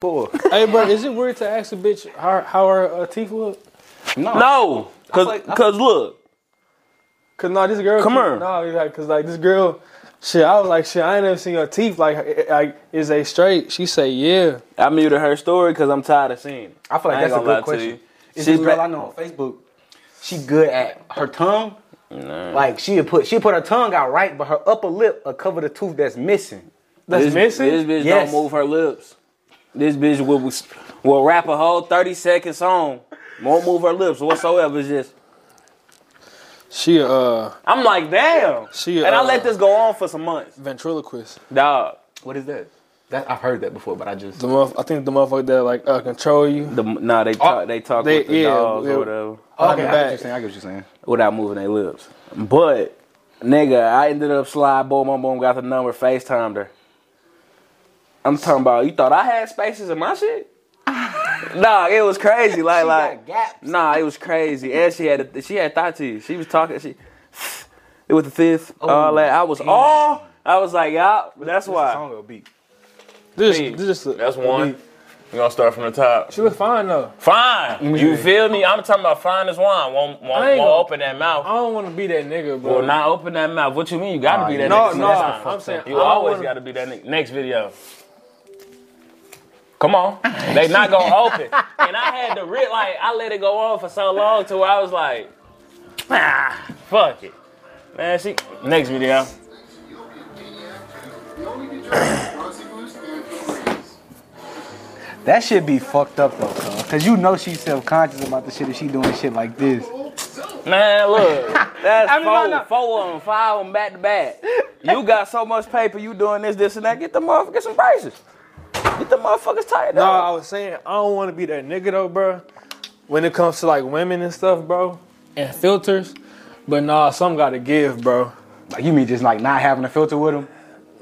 for? Hey, bro, is it weird to ask a bitch how how her uh, teeth look? No, cause, like- I- cause look, Cause no, this girl. Come keep- here. No, like, cause like this girl, shit. I was like, shit. I ain't never seen her teeth. Like, eh, eh, like is they straight? She say, yeah. I muted her story cause I'm tired of seeing. it. I feel like I ain't that's a gonna lie good to question. you. Is She this girl ba- I know on Facebook? She good at her tongue. Like she put she put her tongue out right, but her upper lip will cover the tooth that's missing. That's This, missing. this bitch Yes. don't move her lips. This bitch will will rap a whole thirty second song, won't move her lips whatsoever. It's just she a uh, I'm like, damn. She, and I uh, let this go on for some months, ventriloquist. dog. What is that? That I've heard that before, but I just The motherf- I think the motherfucker that like uh, control you. The nah, they talk, they talk Oh, they- with the yeah, dogs yeah. or whatever behind Oh, okay. the I get what back. you're saying. I get what you're saying. without moving their lips. But nigga, I ended up slide boom, boom, boom, got the number, FaceTimed her. I'm talking about you thought I had spaces in my shit. nah, it was crazy. Like She like got gaps. nah, it was crazy. And she had a, she had thigh teeth. She was talking. She it was the fifth. all that. I was oh, all. I was like, y'all. That's What's the why. song or beat? This, Pete. this, That's one. We're gonna start from the top. she look fine though. Fine. You feel me? I'm talking about fine as wine. Won't, won't, I ain't won't gonna- open that I mouth. don't want to be that nigga, bro. Well, not open that mouth. What you mean? You gotta be that No, nigga. no, That's not I'm fucked saying up. I you don't always wanna- gotta be that nigga. Next video. Come on. They not gonna open. And I had to re- like I let it go on for so long to where I was like, ah, fuck it. Man, she next video. That shit be fucked up though, cuz. Cause you know she's self-conscious about the shit if she doing shit like this. Man, look. That's I mean, four, no, no. four of them, five of them back to back. You got so much paper, you doing this, this, and that. Get the motherfuckers get some braces. Get the motherfuckers tired. No, dog. I was saying I don't want to be that nigga though, bro. When it comes to like women and stuff, bro, and filters, but nah, some gotta give, bro. Like you mean just like not having a filter with him?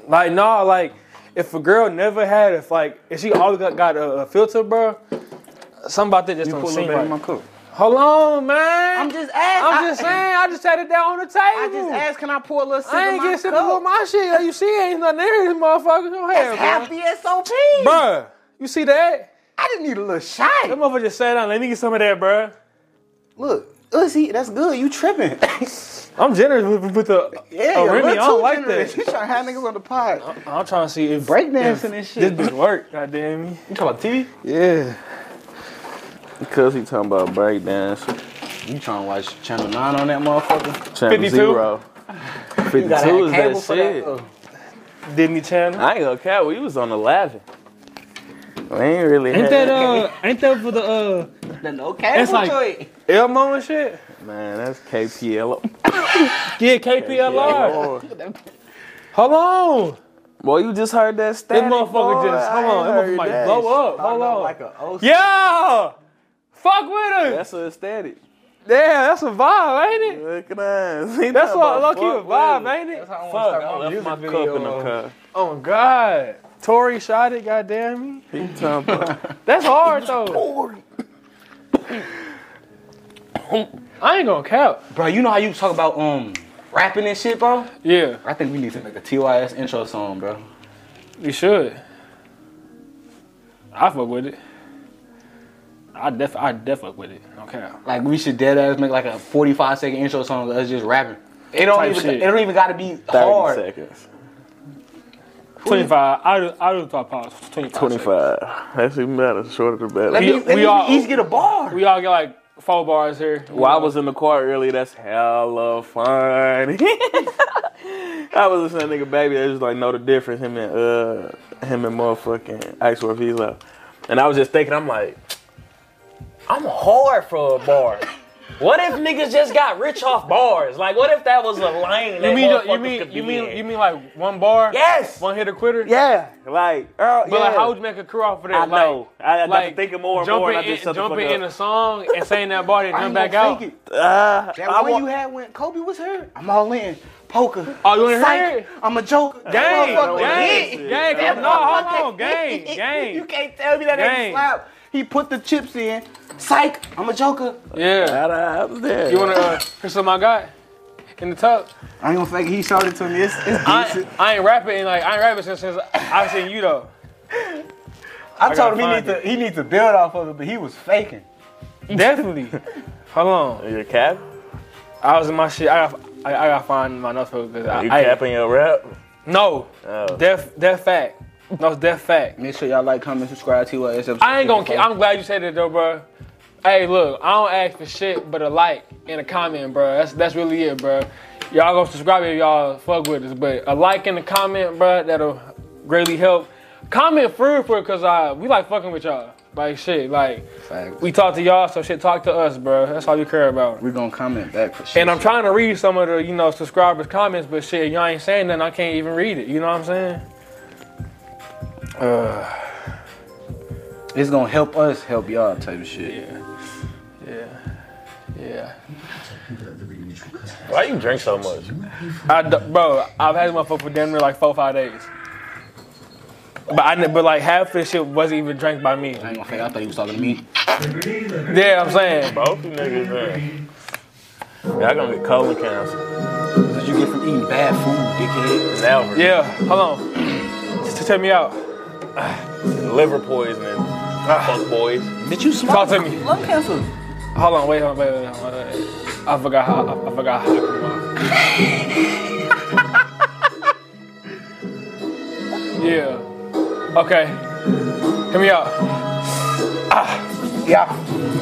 Like nah, like if a girl never had, if like if she always got, got a, a filter, bro, something about that just don't seem right. cook. Hold on, man. I'm just asking. I'm just saying, I just had it down on the table. I just asked, can I pour a little sip I in ain't my getting sipping on my shit. You see, ain't nothing there, this motherfucker. Go ahead, Half the SOP. bro. Bruh, you see that? I just need a little That shot. motherfucker just sat down. Let me get some of that, bruh. Look, Uzi, that's good. You tripping. I'm generous with, with the yeah, Oh, you're a Remy, little I don't too like generous. that. You trying to have niggas on the pod. I'm trying to see if Breakdancing if and This shit. bitch work, goddamn me. You talking about TV? Yeah. Because he talking about breakdance. You trying to watch Channel 9 on that motherfucker? Channel 52? Zero. 52 You is gotta have cable that for that. shit. Oh. Disney Channel. I ain't gonna care. We was on the laughing. We ain't really Ain't had that uh? Ain't that for the uh? The no cable It's like- to it. Elmo and shit. uh, Man, that's KPL. Yeah, KPLR. Boy, Hold on. Boy, you just heard that This static. motherfucker boy. just. Hold I ain't on. That motherfucker heard might that. blow up. Hold Hold on. Like a ocean. yeah. Fuck with him. That's a static. Damn, that's a vibe, ain't it? Look at us. He That's talking what about lucky a fuck with vibe, ain't it? That's how I wanna Fuck. start I my left Left my my music cup in the video. car. Oh God. Tori shot it. Goddamn me. He talking about That's hard though. I ain't gonna count. Bro, you know how you talk about um rapping and shit, bro? Yeah, I think we need to make a TYS intro song, bro. you should. I fuck with it. I def I def fuck with it. Okay. Like we should dead ass make like a 45 second intro song of us just rapping. It don't Type even shit. it don't even gotta be 30 hard. seconds. Twenty five. I do I do top pause. Twenty five. 25. That's even better. Shorter the Let better. me, We- let we me all- each get a bar. We all get like four bars here. Well, I was in the car early. That's hella fun. I was listening to that nigga baby. I just like know the difference. Him and uh, him and motherfucking Ice War Vila. And I was just thinking, I'm like, I'm hard for a bar. What if niggas just got rich off bars? Like, what if that was a lane? You that mean you motherfuckers mean could you be mean in? you mean like one bar? Yes. One hitter quitter. Yeah. Like, uh, But yeah. like, how would you make a career off of that? I know. I had Like, like, to thinking more and more, jumping and I just in, shut the fuck jumping in up. a song and saying that bar, then I jump ain't back gonna out. fake it. Ah, That I one wa- you had when Kobe was hurt. I'm all in. Poker. Oh, you wanna Psych. hear it? I'm a joker. Gang, That motherfucker gang, hit. gang, That come- no, hold motherfucker on, gang, hit. gang. You can't tell me that Gang. ain't slap. He put the chips in. Psych. I'm a joker. Yeah. I was there. You wanna uh, hear something I got in the tub? I ain't gonna fake it. He showed it to me. It's, it's I, I ain't rapping like I ain't rapping since, since I seen you though. I, told gotta him he find need to he need to build off of it, but he was faking. Definitely. Hold on. Your cap? I was in my shit. I got I, I gotta find my notebook because You I, I capping your rap? no. Oh. Def def fact. No, it's def fact. Make sure y'all like, comment, subscribe to us. I ain't gonna. ca- I'm glad you said that though, bro. Hey, look, I don't ask for shit but a like and a comment, bro. That's that's really it, bro. Y'all gonna subscribe if y'all fuck with us, but a like and a comment, bro, that'll greatly help. Comment free for cause I we like fucking with y'all. Like shit, like we talk to y'all, so shit talk to us, bro. That's all you care about. We're gonna comment back for sure. And I'm trying to read some of the, you know, subscribers' comments, but shit, y'all ain't saying nothing. I can't even read it. You know what I'm saying? It's gonna help us help y'all type of shit. Yeah. Yeah. Why you drink so much? I d- bro, I've had my motherfucker for damn near like four, five days. But I, ne- but like half of this shit wasn't even drank by me. I ain't gonna fake. I thought he was talking to me. Yeah, I'm saying. Both you niggas, uh, y'all gonna get colon cancer. What did you get from eating bad food, dickhead? Never. Yeah, hold on. Just check me out. Liver poisoning. Ah. Fuck boys. Did you Talk to me. lung cancer? Hold on, wait, hold on, wait, wait, hold on. I forgot how. I, I forgot how. yeah. Okay. Hear me out. Yeah.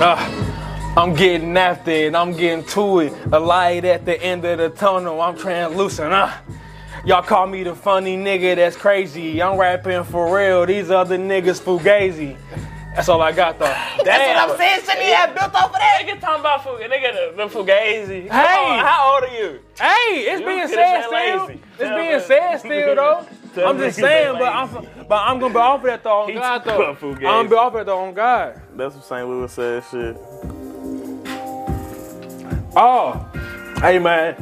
Ah, I'm getting after it, I'm getting to it. A light at the end of the tunnel, I'm translucent. Ah. Y'all call me the funny nigga, that's crazy. I'm rapping for real, these other niggas fugazi. That's all I got though. Damn. saying. Shouldn't he have built off of that? Nigga talking about food. Nigga, the, the fugazi. Hey, Hey! how old are you? Hey, it's You being could've said said still. lazy. It's Tell being her. said still though. Tell I'm her just you said saying, but I'm lazy. but I'm gonna be off of that though on He God talking though. about I'm fugazi. gonna be off of that though on God. That's what St. Louis said shit. Oh, hey man,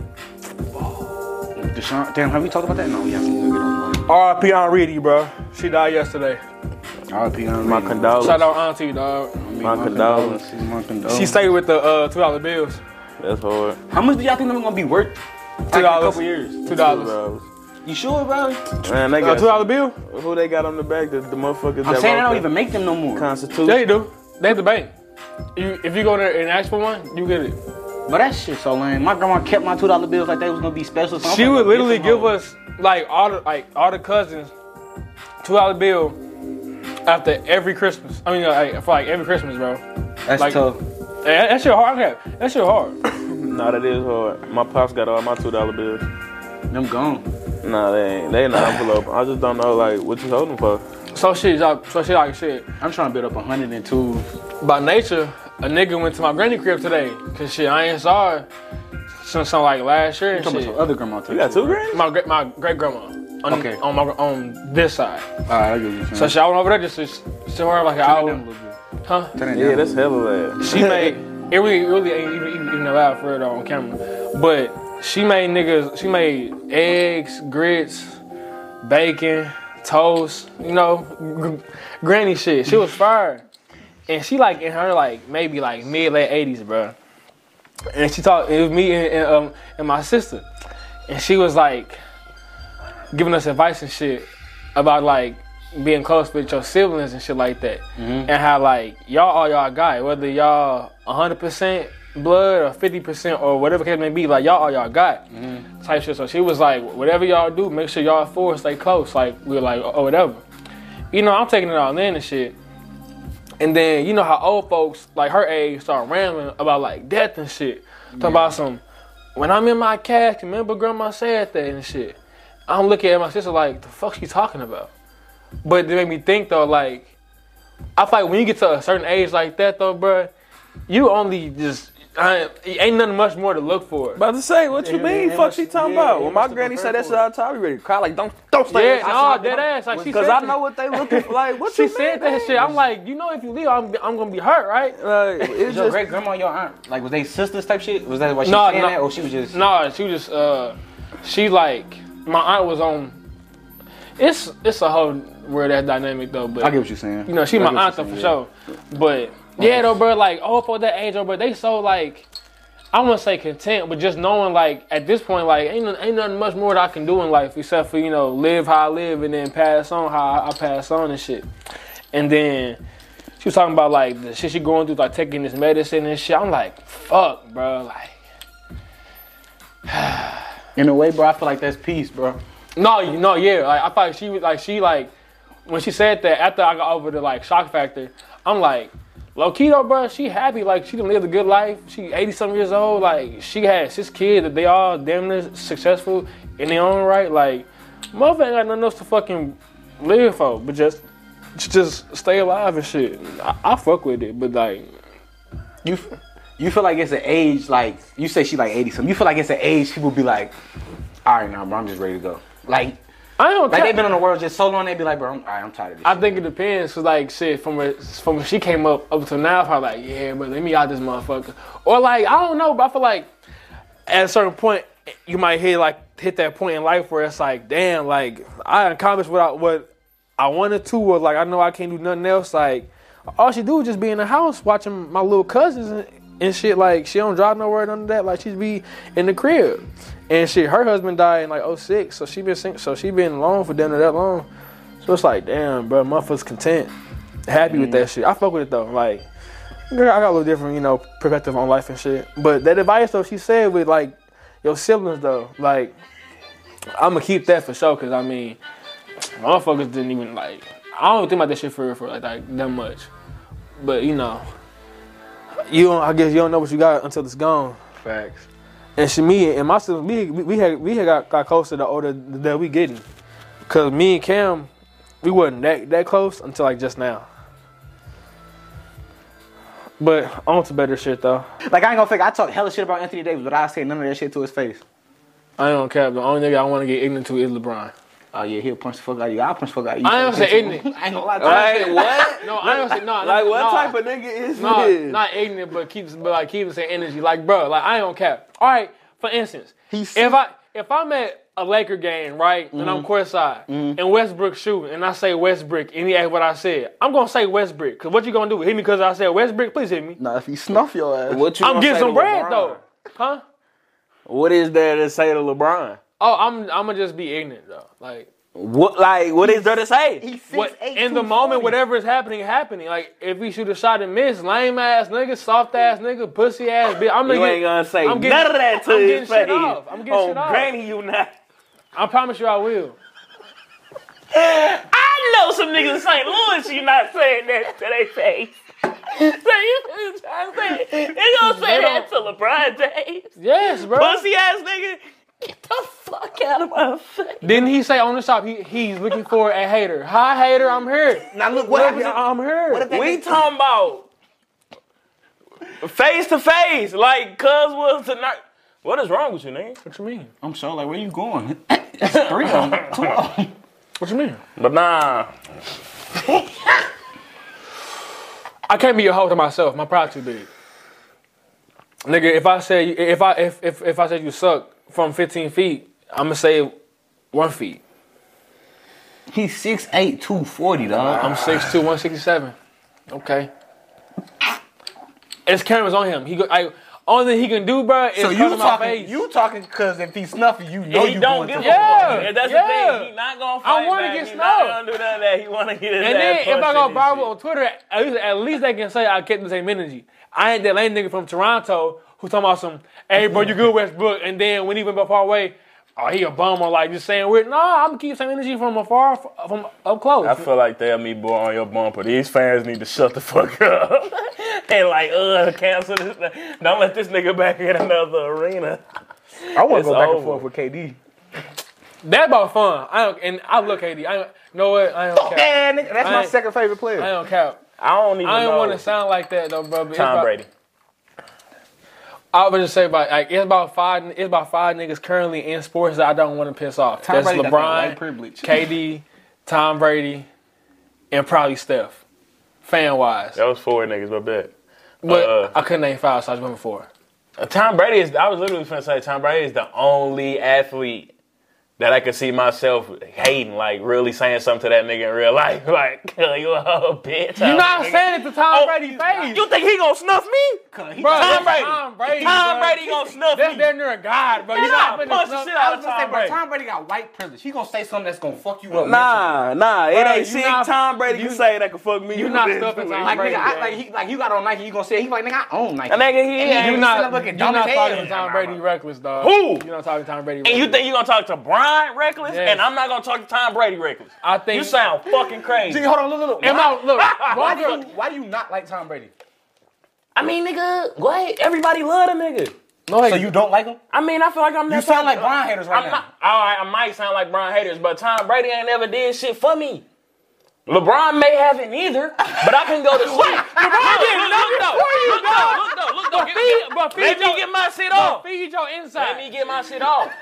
Deshaun, damn, have we talked about that? No, we haven't. We're gonna get R.I.P. on Reedy, bro. She died yesterday. on one. RIP, I'm Oh. reading. My Shout condolences. out auntie, dog. I mean, My condolences. My condolences. She stayed with the uh, two dollar bills. That's hard. How much do y'all think I'm gonna be worth? Like, in a $2. couple years. Two Two dollars. dollars. You sure, bro? Man, they A two got dollar bill? who they got on the back? The, the motherfuckers I'm that saying I wrote don't the even make them no more. Constitution. Yeah, you do. They at the bank. You, if you go there and ask for one, you get it. But that shit so lame. My grandma kept my two dollar bills like they was gonna be special. So Oh, I'm She like, would "Get literally some give more." us like all the like all the cousins two dollar bill after every Christmas. I mean, uh, like, for like every Christmas, bro. That's like- tough. Hey, That, that shit hard. cap. That shit hard. Nah, that is hard. My pops got all my two dollar bills. Them gone. Nah, they ain't. They in the envelope. I just don't know like what you holding for. So shit, y'all, so shit like shit. I'm trying to build up 102. By nature, a nigga went to my granny crib today. Cause shit, I ain't saw her since some like last year. I'm And talking shit. about your other grandma too. You got two grand? my great my great grandma. On, Okay. on my on this side. All right, I get you. So she, I went over there just to sit her like an hour. Huh? Yeah, that's hella bad. She made it really really ain't even, even, even allowed for it on camera. But she made niggas she made eggs, grits, bacon, toast, you know, gr- granny shit. She was fire. And she like in her like maybe like mid late eighties, bro. And she talked it was me and, and um and my sister. And she was like giving us advice and shit about like being close with your siblings and shit like that, and how like y'all all y'all got, it. whether y'all 100% blood or 50% or whatever case may be, like y'all all y'all got type shit. So she was like, whatever y'all do, make sure y'all four stay close. Like we were like, oh whatever. You know, I'm taking it all in and shit. And then you know how old folks like her age start rambling about like death and shit, talking about some. When I'm in my casket, remember grandma said that and shit. I'm looking at my sister like, the fuck she talking about? But it made me think though, like, I feel like when you get to a certain age like that though, bruh, you only just I, ain't nothing much more to look for. About to say, what you mean? they Fuck, must- she talking yeah, about. they When my must've granny prepared said that shit for it. all the time, you ready to cry? Like, don't, don't say yeah, that. nah, dead ass. Like she Because said I that. know what they looking for. Like, what she you said mean, that shit. I'm like, you know, if you leave, I'm I'm gonna be hurt, right? man? Like, it's Your just great grandma, your aunt, like was they sisters type shit? Was that why she No, saying no. that, or she was just? Nah, she was just uh, she like my aunt was on. It's it's a whole weird ass dynamic though, but I get what you're saying. You know, she I my get what aunt you're though, for saying, sure. But yeah, though, bro, like all for that age, though, bro, they so like I wouldn't say content, but just knowing like at this point, like ain't no- ain't nothing much more that I can do in life except for you know live how I live and then pass on how I, I pass on and shit. And then she was talking about like the shit she going through, like taking this medicine and shit. I'm like, fuck, bro. Like, In a way, bro, I feel like that's peace, bro. no, you- no, yeah. Like I thought she was like she like when she said that after I got over the like shock factor, I'm like, low key though, bro. She happy. Like she done lived a good life. She 80 some years old. Like she had six kids. That they all damn near successful in their own right. Like mother ain't got nothing else to fucking live for, but just just stay alive and shit. I, I fuck with it, but like. You f- you feel like it's an age like you say she like eighty something. You feel like it's an age people be like, all right, now, bro, I'm just ready to go. Like I don't like care. they've been on the world just so long, they be like, bro, I'm, all right, I'm tired of this. I shit. think it depends. Cause like shit, from where, from when she came up up to now, probably like yeah, but let me out this motherfucker. Or like I don't know, but I feel like at a certain point you might hit like hit that point in life where it's like damn, like I accomplished what I what I wanted to, or like I know I can't do nothing else. Like all she do is just be in the house watching my little cousins and, and shit. Like she don't drive nowhere none of that. Like she's be in the crib. And shit, her husband died in like 06, so she been sing- so she been alone for damn near that long. So it's like, damn, bro, motherfuckers content, happy with that shit. I fuck with it though. Like, girl, I got a little different, you know, perspective on life and shit. But that advice though, she said with like your siblings though, like, I'ma keep that for sure. Cause I mean, motherfuckers didn't even like. I don't even think about that shit for real, for like, like that much. But you know, you don't, I guess you don't know what you got until it's gone. Facts. And she, me and my siblings, we we, we had we had got, got closer the older that we getting, cause me and Cam, we wasn't that that close until like just now. But on to better shit though. Like I ain't gonna fake. it. I talk hella shit about Anthony Davis, but I say none of that shit to his face. I don't care. The only nigga I want to get ignorant to is LeBron. Oh yeah, he'll punch the fuck out of you. I'll punch the fuck out of you. I ain't gonna say ignorant. I ain't gonna lie. To you. Like what? No, I don't say no. Like what no, type of nigga is no, this? not ignorant, but keeps but like keeps saying energy. Like bro, like I don't care. All right, for instance, if I if I'm at a Laker game, right, and I'm Mm-hmm. courtside, and Westbrook shooting, and I say Westbrook, and he asked what I said, I'm gonna say Westbrook, cause what you gonna do? Hit me cause I said Westbrook? Please hit me. Nah, if you snuff your ass. What you I'm gonna getting say some to bread LeBron? though, huh? What is there to say to LeBron? Oh, I'm I'm gonna just be ignorant though, like. What like what is there to say? What, in the moment, whatever is happening, happening. Like if we shoot a shot and miss, lame ass nigga, soft ass nigga, pussy ass bitch. I'm gonna You get, ain't gonna say I'm getting- none of that to I'm getting his shit face. off. I'm getting On shit off. Granny, you not. I promise you, I will. I know some niggas in St. Louis, you not saying that to their face. so you you trying to say they gonna say They that to LeBron James. Yes, bro. Pussy ass nigga, get the fuck out of my face. Didn't he say on the shop he, he's looking for a hater? Hi, hater, I'm here. Now look what happened. I'm here. We talking about face to face, like cuz was tonight. What is wrong with you, nigga? What you mean? I'm sure. Like where you going? It's three of them. Two of them. What you mean? But nah, I can't be a hoe to myself. My pride too big. Nigga, if I say if I if if, if I said you suck from 15 feet, I'ma say one feet. He's 6'8", 240, dog. I'm 6'2", 167. Okay. It's cameras on him. He go, I, only thing he can do, bro, is So cover you my talking? face. You talking? Cause if he snuff you, you know he Oh, you don't going give to. a Yeah, fuck. And that's yeah. the thing. He not gonna I fight wanna back. get He not snubbed. gonna do none of that. He wanna get his And then ass if I go punched and shit. viral on Twitter, at least, at least they can say I kept the same energy. I ain't that lame nigga from Toronto who talking about some, hey bro, you good Westbrook, and then when he went by far away, oh he a bum or like just saying weird. No, I'm gonna keep same energy from afar, f- from up close. I feel like they'll me boy on your bumper. These fans need to shut the fuck up. and like, uh, cancel this. Don't let this nigga back in another arena. I want It's to go back over. and forth with KD. that about fun. I don't, and I look KD. I don't, you know what? I don't care. Man, nigga, that's I my ain't- second favorite I player. don't care. I don't even I don't know. want to sound like that though, bro. but it's Tom about- Brady. I would just say about like it's about five. It's about five niggas currently in sports that I don't want to piss off. Tom That's Brady got that LeBron, white privilege. KD, Tom Brady, and probably Steph. Fan wise, That was four niggas, but bet. but uh, I couldn't name five, so I just went with four. Uh, Tom Brady is. I was literally finna say Tom Brady is the only athlete that I could see myself hating, like really saying something to that nigga in real life. Like, "Cuz, you a hoe, bitch. You not saying it to Tom Brady face. You think he gonna snuff me? Bro, Oh, Tom that's Brady. Tom Brady, Tom bro. Brady gonna snuff That's me. damn near a god, bro. You Nah, not finna punch the snuff- shit out I was gonna say, bro, Tom Brady got white privilege. He gonna say something that's gonna fuck you up. Nah, nah, it Bruh, you ain't shit. not- Tom Brady, you, you- say that could fuck me. You not bitch. stuffing Tom mentally. Like Brady. nigga, I, bro. like he like you got on Nike. He gonna say he like nigga I own Nike. A nigga, he And ain't. you you sit up not, looking you dumb not as talking hell. to Tom Brady reckless, dog. Who? You not talking to Tom Brady reckless. And you think you gonna talk to Brian Reckless? Yes. And I'm not gonna talk to Tom Brady Reckless. I think You sound fucking crazy. Hold on, look, look, look. Am Why, I look? why why do girl- you why do you not like Tom Brady? I mean, nigga, go ahead. Everybody love the nigga. no, So you don't like him? I mean, I feel like I'm You that sound type- like Brian haters right I'm now. not. All right, I might sound like Brian haters, but Tom Brady ain't never did shit for me. LeBron may haven't either, but I can go to sleep. LeBron did nothing for you, look, dog. Look though, look though, look feed- though. but feed Let me your- get my shit off. feed your inside. Let me get my shit off.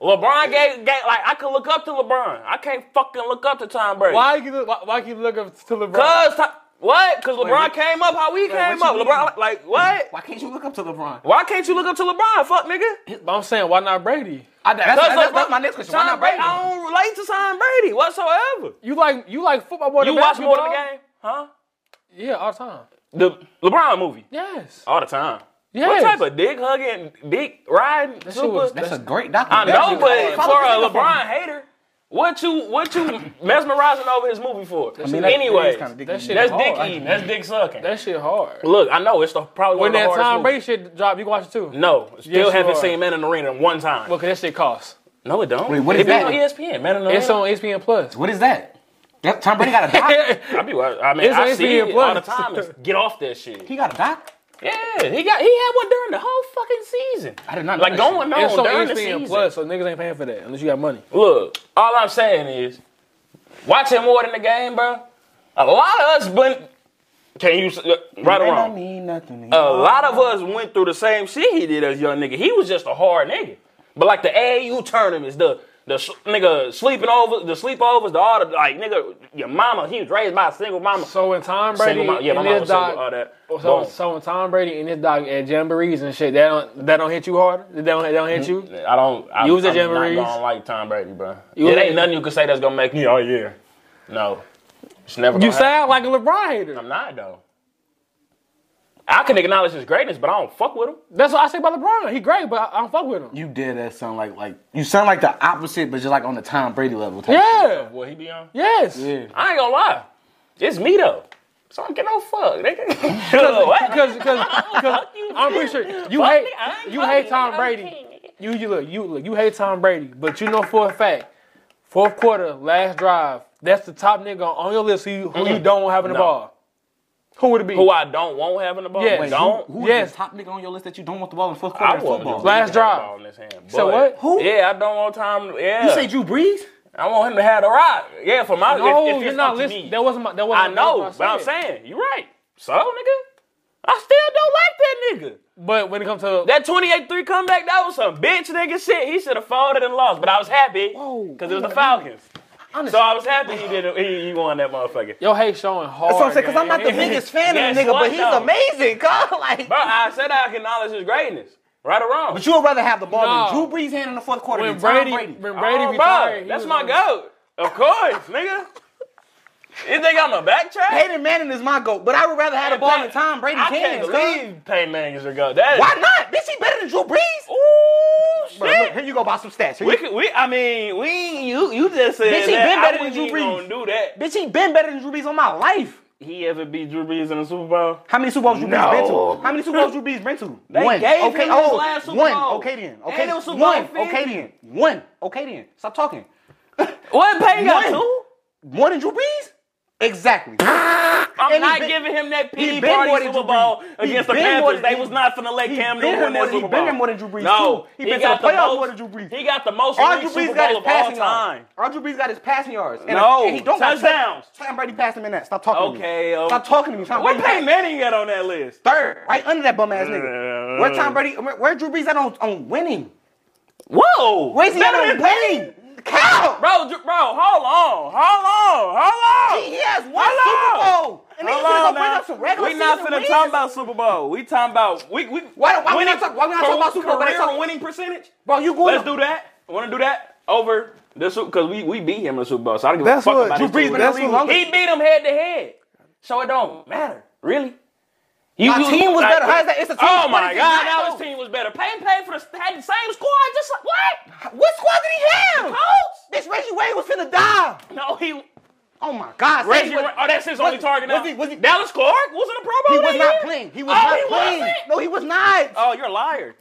LeBron gave, gave like I could look up to LeBron. I can't fucking look up to Tom Brady. Why you look- why, why you look up to LeBron? Cause Tom- what? Cause LeBron what- came up how we came what up. you LeBron like what? Why can't you look up to LeBron? Why can't you look up to LeBron? Fuck nigga. But I'm saying why not Brady? I, that's, Cause that's, that's, LeBron- my next question. Why Tom not Brady? Brady. I don't relate to Tom Brady whatsoever. You like you like football more You than watch more than the basketball? game, huh? Yeah, all the time. The LeBron movie Yes. all the time. Yes. What type of dick hugging, dick riding? shit was- Super? That's a great I documentary. know, but Follow for a this nigga LeBron hater, what you what you mesmerizing over his movie for? I mean, that- anyway, that is kinda that dick- shit that's hard. dick eating. That's dick sucking. That shit hard. Look, I know it's the probably When one of that the hardest Tom Brady movies. shit drop, you can watch it too. No, still you haven't are. seen Man in the Arena one time. Well, cause that shit costs. no, it don't. Wait, what it is be that? on E ESPN. Man in the Arena. It's on ESPN Plus. What is that? that Tom Brady got a doc. I be. I mean, It's on E I see ESPN it all the Plus. time. It's, get off that shit. he got a doc. Yeah, he got. He had one during the whole fucking season. I did not know like that going on it's on E during the ESPN season. Plus, so niggas ain't paying for that unless you got money. Look, all I'm saying is, watching more than the game, bro. A lot of us been. Can you s- uh, right or Man, wrong? I mean nothing. a lot of us went through the same shit he did as a young nigga. He was just a hard nigga. But like the AAU tournaments, the the s- nigga sleeping over, the sleepovers, the all the like nigga, your mama. He was raised by a single mama. So when Tom Brady single mama. Yeah, my and his mama was single. dog, All that. so, uh, Boom. so when Tom Brady and his dog at jamborees and shit, that don't that don't hit you harder. That don't that don't hit you. I don't. I, You was at I'm not Jamborees? gonna like Tom Brady, bro. You it was ain't at- nothing you can say that's gonna make me. Oh yeah. No, it's never. You gonna happen. sound like a LeBron hater. I'm not though. I can acknowledge his greatness, but I don't fuck with him. That's what I say about LeBron. He great, but I, I don't fuck with him. You did that sound like like you sound like the opposite, but just like on the Tom Brady level. Type Yeah. What he be on? Yes. shit. I ain't gonna lie. It's me though. So I don't get no fuck. They can, what? Because because I'm pretty sure you Fuck hate me, I ain't you fucking hate you, Tom I'm Brady. king, nigga. You you look you look you hate Tom Brady, but you know for a fact, fourth quarter last drive, that's the top nigga on your list who you, who you don't want having the No. ball. Who would it be? Who I don't want having the ball. Yes. Wait, Don't. Who, who is Yes. the top nigga on your list that you don't want the ball in fourth I quarter of want football? Drew Brees Last to have the drive. ball in his hand, So but- what? Who? Yeah, I don't want Tom. Yeah. you say Drew Brees? I want him to have the rock. Yeah, for my. No, if, if you're it's not up to me. listening. That wasn't my. That I wasn't. know, that's but what I I'm said. saying you're right. So, nigga, I still don't like that nigga. But when it comes to That 28-3 comeback, that was some bitch nigga shit. He should have folded and lost, but I was happy because it was the Falcons. So I was happy he did. He, he won that motherfucker. yo hate showing hard. That's what I'm saying, because I'm not the gang. biggest fan of the Guess nigga, what, but he's though? amazing, cuz. Like, Bro, I said I acknowledge his greatness, right or wrong. but you would rather have the ball No. in Drew Brees' hand in the fourth quarter When than Tom Brady, Brady. when Oh, Brady bro, retired, he that's was my on- goat. Of course, nigga. You think I'm a back track? Peyton Manning is my goat, but I would rather have the ball in Tom Brady's I can't hands, cuz. believe Peyton Manning is your goat. That is- Why not? Bitch, he better than Drew Brees? Ooh, shit. Bro, look, here you go buy some stats. Here We you- could, we, I mean, we, you, you just said Bitch, he that. been I better than wasn't Drew even Brees. Gonna do that. bitch, he been better than Drew Brees on my life. He ever beat Drew Brees in the Super Bowl? How many Super Bowls Drew No. Brees been to? How many Super Bowls Drew Brees been to? They one. gave okay, him oh, his last Super one. Bowl. Okay then. And Okay. it was Super Bowl one. 50. okay then. One. Okay then. Stop talking. What Peyton got One. two? One and Drew Brees? Exactly. I'm And he not been- giving him that he pity been more party than Super Drew Bowl Brees. He against the been more Panthers. than- They was not finna let he Cam been Newton win more that than- he Super Bowl. been there more than Drew Brees, No, too. He he, been to got the the playoffs most. more than Drew Brees. He got the most All Drew elite Brees Super got Bowl his of all passing time. yards. All Drew Brees got his passing yards. And No. and he don't got Touchdowns. touch- Tom Brady passed him in that. Stop talking Okay, to me. okay. Stop talking to me. Tom What Brady Peyton Manning got on that list? third, right under that bum ass nigga. Where Tom Brady? Where, where Drew Brees at on, on winning? Whoa, Where's he at Better on than winning? Cow. Bro, Drew- bro, hold on, hold on, hold on. He has one Hello. Super Bowl. And then he's Hold gonna on bring now. up some regular We not season finna wins? talk about Super Bowl. We talking about we we. Why- why we not talk- why we not talking about career Super Bowl? They talking- winning percentage? Bro, you going? Let's to- do that. Want to do that? over the Super because we, we beat him in the Super Bowl. So I don't give That's a fuck what- about Drew his two Brees wins. been in the league longer. He beat him head to head, so it don't matter really. You, My team was better. How is that- it's a team Oh sport if my it's God! not, Now his though. team was better. Payne paid for the had the same squad. Just like what? What squad did he have? Coach? This Reggie Wade was finna die. No, he Oh my God. Reggie. Reggie was, oh, that's his only target now. was he- was he- Dallas Clark wasn't a Pro Bowl. he was that not year? playing. He was Oh, not he playing. wasn't? No, he was not. Oh, you're a liar.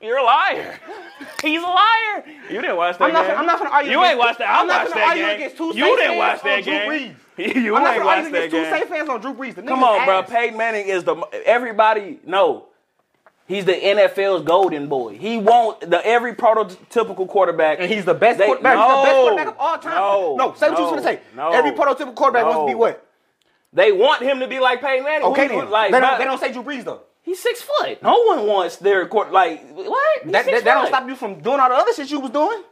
You're a liar. He's a liar. You didn't watch that I'm not, game. finna- I'm not gonna argue. You against- ain't watched that. I I'm not watched finna that argue game. against two You Saints didn't fans watch that on game. Drew Brees. you I'm not ain't finna argue watched that against two game. Saints fans on Drew Brees. The Come nigga's on, bro. ass. Peyton Manning is the everybody know. He's the NFL's golden boy. He won't the every prototypical quarterback. And he's the best They- quarterback. he's the best no, quarterback of all time. No, say what you no, was gonna say. no, Every prototypical quarterback wants to be no. what? They want him to be like Peyton Manning. Okay Who- then. like, they, bro, don't, they don't say Drew Brees though. He's six foot. No one wants their court. Like what? He's That, six that, that don't foot. stop you from doing all the other shit you was doing.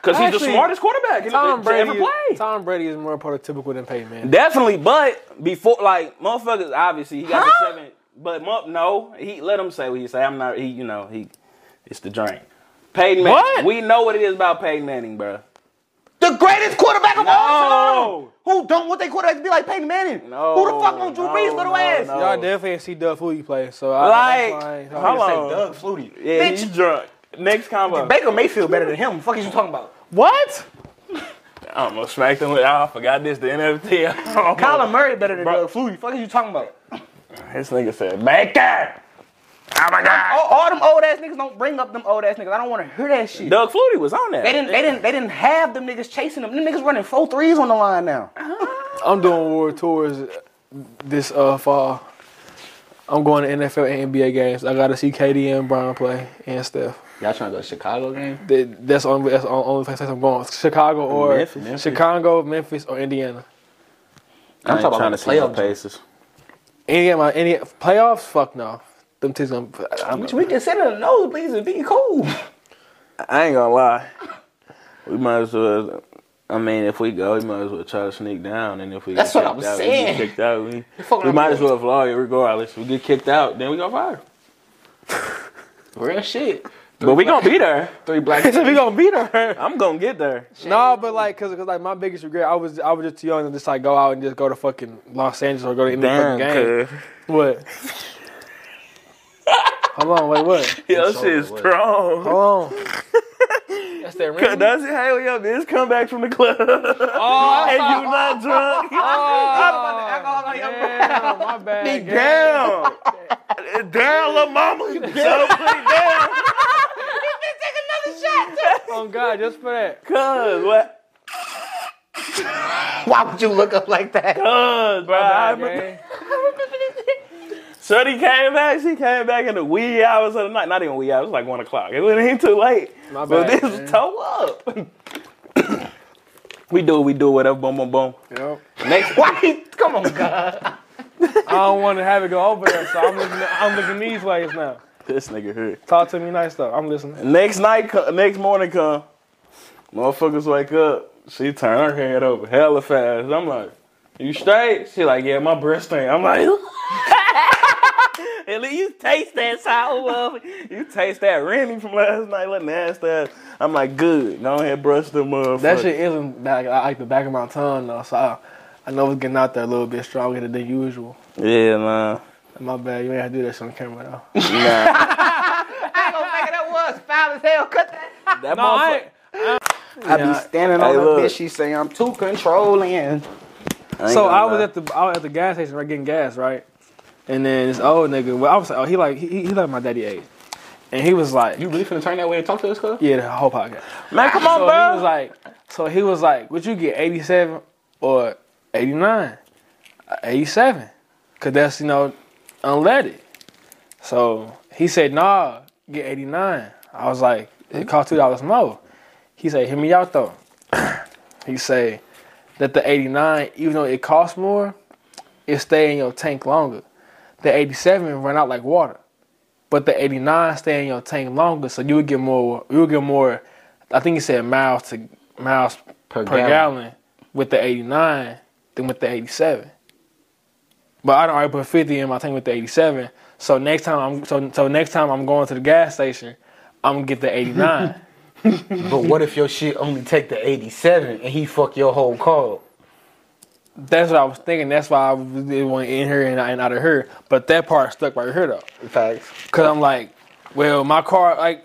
because he's the Actually, smartest quarterback in Tom to Brady. ever play. Tom Brady is more prototypical than Peyton Manning. Definitely, but before like motherfuckers, obviously he got Huh? the seven. But mo- no, he let him say what he say. I'm not. He you know he, it's the drink. Peyton Manning. What? We know what it is about Peyton Manning, bro. Oh, The greatest quarterback of all time. No. Who don't want their quarterback to be like Peyton Manning? No, Who the fuck on Drew no, Brees' little no, ass? no. Y'all definitely ain't see Doug Flutie play, so I, that's Like, why I ain't how talking. long- Say Oh. Doug Flutie. Yeah, Bitch, he's drunk. Next combo. Baker Mayfield better than him. Fuck is you talking about? What? I almost smacked him with. I forgot this. The NFT. Kyler Murray better than Doug Flutie. Fuck is you talking about? This nigga said Baker. Oh my god. All, all them old ass niggas don't bring up them old ass niggas. I don't want to hear that shit. Doug Flutie was on that. They didn't. They didn't. They didn't have them niggas chasing them. Them niggas running four threes on the line now. I'm doing world tours this uh, fall. I'm going to NFL and NBA games. I got to see KD and Brian play and Steph. Y'all trying to go to Chicago game? That, that's only that's the only place I'm going. Chicago or Memphis. Memphis. Chicago, Memphis or Indiana. I'm talking about playoff game. paces. Any of my any playoffs? Fuck no. Them two's gonna. I'm, Which we consider the nosebleeds and be cool. I ain't gonna lie. We might as well. I mean, if we go, we might as well try to sneak down. And if we That's get what I kicked was out, saying. we get kicked out. We, fucking we up might the as well vlog it regardless. We get kicked out, then we gonna fire. Real shit. But we gonna be there. Three black. we gonna beat her. I'm gonna get there. No, but like, cause, 'cause, like my biggest regret, I was I was just too young to just like go out and just go to fucking Los Angeles or go to any Damn, fucking game. cuz. What? Hold on, wait, what? Yo, shit's strong. Hold on. That's that ring. Does it hell yo, this come back from the club? Oh, and you not drunk? Damn, my bad. gang. Damn. Damn, little mama. So down. Oh God, just for that. Cuz, what? Why would you look up like that? Cuz, bro. Bad I- gang. Shorty came back. She came back in the wee hours of the night. Not even wee hours. It was like one o'clock. It wasn't even too late. My but bad, this man. was toe up. we do. We do. Whatever. Boom. Boom. Boom. Yep. Next. Why? He, come on, God. I don't want to have it go over there, so I'm looking. I'm looking these ways now. this nigga here. Talk to me nice though. I'm listening. Next night. co- Next morning. Come. Motherfuckers wake up. She turn her head over hella fast. I'm like, you straight? She like, yeah, my breast thing. I'm like. At least you taste that sour love. You taste that Remy from last night, little nasty ass. I'm like, good. Go ahead, brush them motherfuckers. That shit isn't back, like the back of my tongue though, so I, I know it's getting out there a little bit stronger than usual. Yeah, nah. My bad. You ain't have to do this on camera though. Nah. I don't think that was foul as hell. Cut that. That I ain't- I Yeah. be standing Hey, on the look. bitch. She say I'm too controlling. So I was at the I was at the gas station right getting gas right, and then this old nigga. Well, I was like, oh, he like he, he like my daddy age, and he was like, You really finna turn that way and talk to us, cuz? yeah, the whole podcast. Man, come Oh, on, so bro. he was like, so he was like, would you get 87 or 89? 87, cause that's you know unleaded. So he said, nah, get 89. I was like, it cost two dollars more. He said, hear me out though. he said that the 89, even though it costs more, it stay in your tank longer. The 87 run out like water, but the 89 stay in your tank longer, so you would get more. You would get more. I think he said miles to miles per, gallon. gallon. with the 89 than with the 87. But I don't already put 50 in my tank with the 87. So next time I'm so so next time I'm going to the gas station, I'm gonna get the 89. But what if your shit only take the 87 and he fuck your whole car? up? That's what I was thinking. That's why I was- it went in here and, and out of here. But that part stuck right here though. Facts. Cause I'm like, well, my car, like,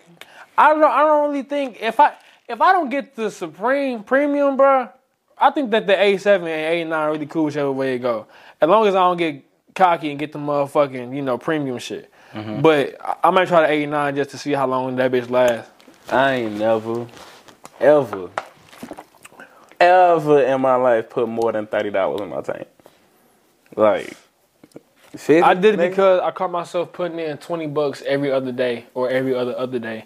I don't, I don't really think if I, if I don't get the Supreme Premium, bro, I think that the A7 and A9 really cool whichever way it go. As long as I don't get cocky and get the motherfucking, you know, premium shit. But I, I might try the A9 just to see how long that bitch lasts. I ain't never, ever, ever in my life put more than thirty dollars in my tank. Like, shit. I did it nigga. because I caught myself putting in twenty bucks every other day or every other other day,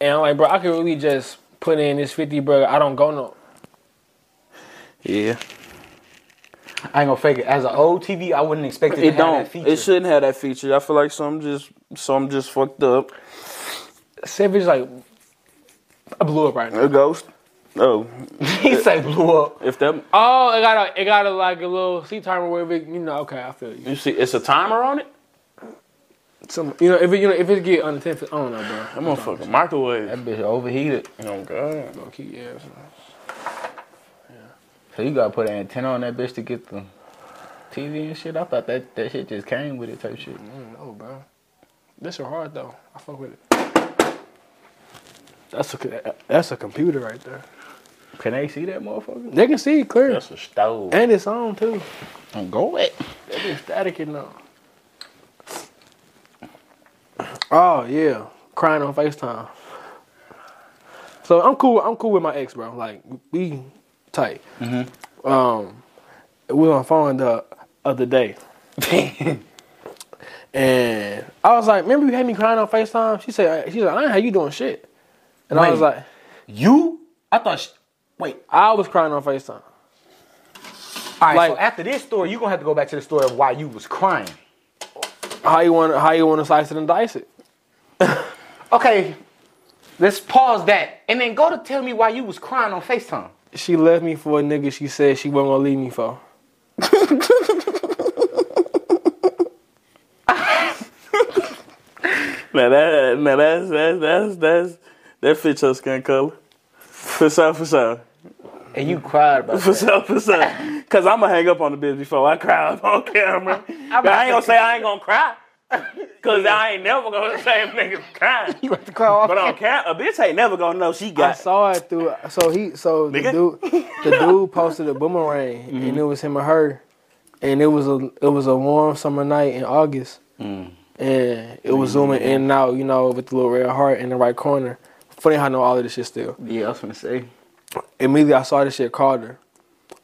and I'm like, bro, I could really just put in this fifty, bro. I don't go no. yeah. I ain't gonna fake it. As an old TV, I wouldn't expect it, to It have that don't. feature. It shouldn't have that feature. I feel like some just some just fucked up. Savage like, I blew up right now. A ghost. Oh, he say blew up. if that Oh, it got a it got a like a little seat timer where it you know okay I feel you. You see, it's a timer on it. Some you know if it you know if it get unattended I don't know bro. that motherfucker microwave. That bitch overheated. Oh god. Low key, yeah. So you gotta put an antenna on that bitch to get the TV and shit. I thought that, that shit just came with it type shit. I don't know bro. This is hard though. I fuck with it. That's a that's a computer right there. Can they see that motherfucker? They can see it clear That's a stove. and it's on too. Don't go it. That bitch static and all. Oh yeah, crying on Facetime. So I'm cool. I'm cool with my ex, bro. Like we tight. Um, we were on phone the other day, and I was like, "Remember you had me crying on Facetime?" She said, "She's like, I ain't had you doing shit," and I was Wait. like, you? I thought. She, wait. "I was crying on Facetime." All right. so Like- after this story, you gonna have to go back to the story of why you was crying. How you want? How you want to slice it and dice it? Okay. Let's pause that and then go to tell me why you was crying on Facetime. She left me for a nigga. She said she wasn't gonna leave me for. Now that now that's that's that's that's that fits your skin color. For sure, for sure. And you cried about For sure, for sure. Cause I'ma hang up on the bitch before I cry up on camera. But I ain't gonna say I ain't gonna cry. Cause I ain't never gonna say a nigga crying. You about to cry off. But on camera, a bitch ain't never gonna know she I got saw it through. So he, so the Nigga. dude, the dude posted a boomerang, and it Mm-hmm. was him or her, and it was a it was a warm summer night in August, Mm. and it was zooming in and out, you know, with the little red heart in the right corner. Funny how I know all of this shit still. yeah, I was gonna say. Immediately I saw this shit, called her.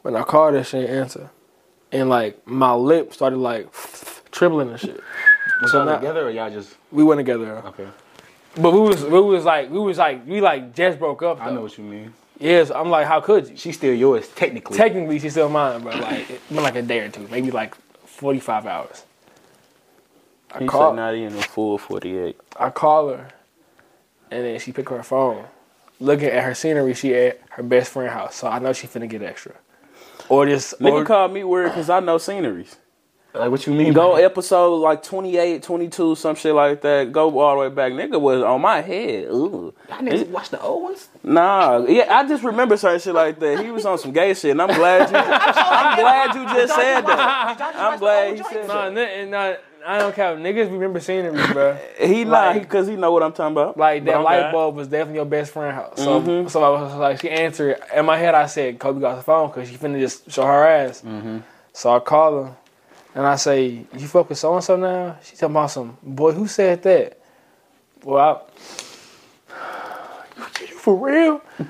When I called her, she didn't answer, and like my lip started like trembling and shit. Was So y'all now- together or y'all just We went together, okay? but we was we was like we was like we like just broke up. I though. know what you mean. Yes, I'm like, how could you? She's still yours technically. Technically, she's still mine, but like it been like a day or two, maybe like forty-five hours. I He call, said not even a full 48. I call her, and then she pick up her phone. Looking at her scenery, she at her best friend house, so I know she finna get extra. Or this, Nigga or, call me weird because I know sceneries. like what you mean? Go episode like 28, 22, some shit like that. Go all the way back. Nigga was on my head. Ooh. I need to watch the old ones. Nah, yeah, I just remember certain shit like that. He was on some gay shit, and I'm glad you. I'm glad you just said that. I'm glad he said nah, that. n- nah, I don't care. Niggas remember scenery, bro. He not because he know what I'm talking about. Like But that I'm light glad. Mm-hmm. bulb was definitely your best friend house. So, so I was like, she answered. In my head, I said, Kobe got the phone because she finna just show her ass. Mm-hmm. So I call her and I say, You fuck with so and so now? She talking about some boy, who said that? Well, I, you for real?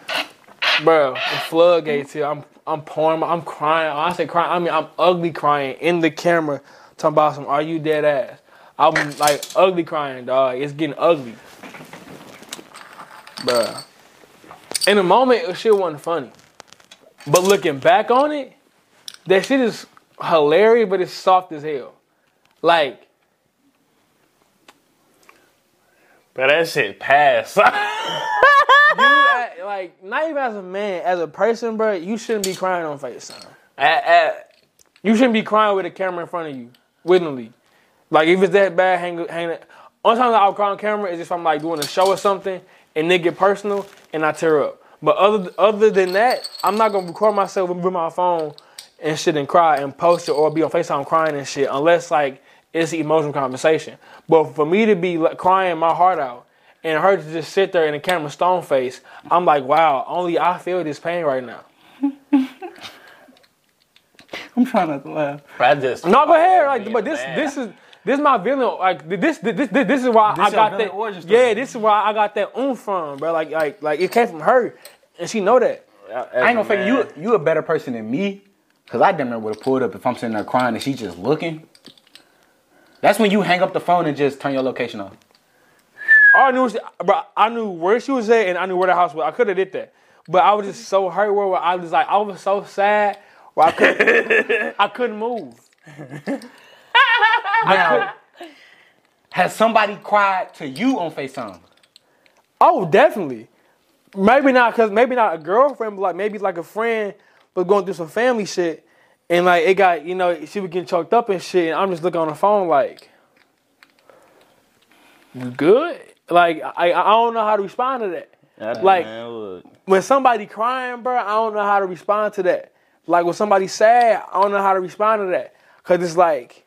Bro, the floodgates here. I'm I'm pouring, my- I'm crying. When I say crying, I mean I'm ugly crying in the camera, talking about some are you dead ass? I'm like ugly crying, dog. It's getting ugly. Bruh. In the moment, it shit wasn't funny. But looking back on it, that shit is hilarious, but it's soft as hell. Like, But that shit passed. you, I- like not even as a man, as a person, bro, you shouldn't be crying on FaceTime. You shouldn't be crying with a camera in front of you, willingly. Like if it's that bad, hang hang. Only time that I'll cry on camera is if I'm like doing a show or something, and they get personal and I tear up. But other other than that, I'm not gonna record myself with my phone and shit and cry and post it or be on FaceTime crying and shit unless like it's an emotional conversation. But for me to be like, crying my heart out and her to just sit there in the camera stone face, I'm like, wow, only I feel this pain right now. I'm trying not to laugh. I just No, go ahead. Like, but this, this is this is my villain. Like, th- this, this, this, this is why I your got villain that. origin story. Yeah, this is why I got that oomph from, bro. Like, like, like it came from her, and she know that. I ain't gonna fake it. you. You a better person than me, cause I damn near would have pulled up if I'm sitting there crying and she just looking. That's when you hang up the phone and just turn your location off. All I knew was, bro, I knew where she was at, and I knew where the house was. I could have did that, but I was just so hurt. Where where I was like, I was so sad. Where I couldn't, I couldn't move. Now, has somebody cried to you on Facetime? Oh, definitely. Maybe not, cause maybe not a girlfriend, but like maybe like a friend was going through some family shit, and like it got you know she was getting choked up and shit, and I'm just looking on the phone like, "You good? Like I I don't know how to respond to that. Like when somebody crying, bro, I don't know how to respond to that. Like when somebody sad, I don't know how to respond to that, cause it's like,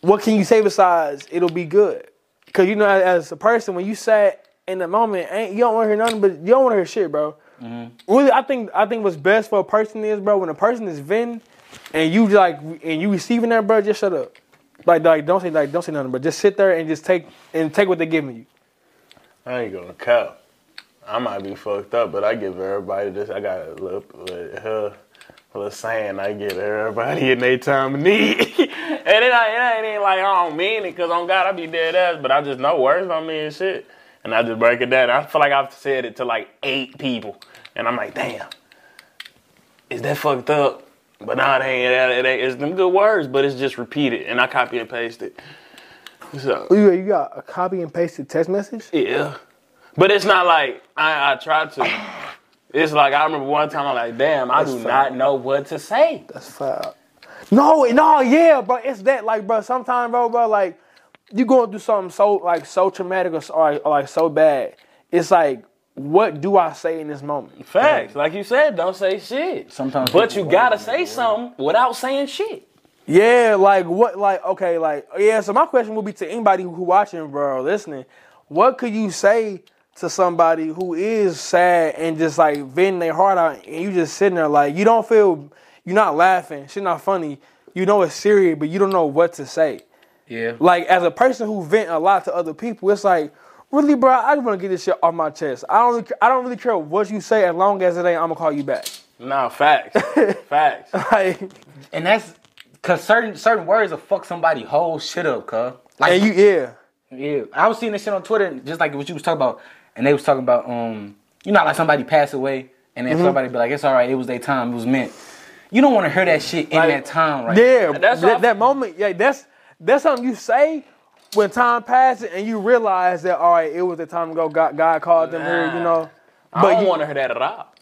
what can you say besides it'll be good? Cause you know, as, as a person, when you sad in the moment, ain't, you don't want to hear nothing, but you don't want to hear shit, bro. Really, I think I think what's best for a person is, bro, when a person is venting and you like and you receiving that, bro, just shut up. Like, like don't say like don't say nothing, but just sit there and just take and take what they're giving you. I ain't gonna cap. I might be fucked up, but I give everybody this. I got a little, little, uh, little saying I give everybody in their time of need. and it, I, it ain't like I don't mean it, because on God, I be dead ass, but I just know words don't mean shit. And I just break it down. I feel like I've said it to like eight people. And I'm like, damn, is that fucked up? But nah, it ain't, it ain't. It's them good words, but it's just repeated. And I copy and paste it. So. You, you got a copy and pasted text message. Yeah. But it's not like I, I tried to. It's like I remember one time I'm like, damn, I do not know what to say. That's foul. No, no, yeah, bro. It's that, like, bro. Sometimes, bro, bro, like, you going through something so, like, so traumatic or, so- or, or, like, so bad. It's like, what do I say in this moment? facts. Like you said, don't say shit. Sometimes but you people gotta won't. say something without saying shit. Yeah, like, what, like, okay, like, yeah. So my question would be to anybody who watching, bro, or listening, what could you say to somebody who is sad and just like venting their heart out, and you just sitting there, like, you don't feel, you're not laughing, shit not funny. You know it's serious, but you don't know what to say. Yeah. like as a person who vent a lot to other people, it's like, really, bro, I just want to get this shit off my chest. I don't, I don't really care what you say, as long as it ain't, I'ma call you back. Nah, facts. facts. Like, And that's cause certain certain words will fuck somebody whole shit up, cuz. Like and you, yeah, Yeah, I was seeing this shit on Twitter, and just like what you was talking about, and they was talking about, um, you know, like somebody passed away, and Mm-hmm. then somebody be like, "It's all right, it was their time, it was meant." You don't want to hear that shit in that time, right? yeah, That's that, how I- that moment, yeah, that's that's something you say when time passes and you realize that all right, it was the time to go. God, God called them here, you know. But I don't you, want to hear that at all.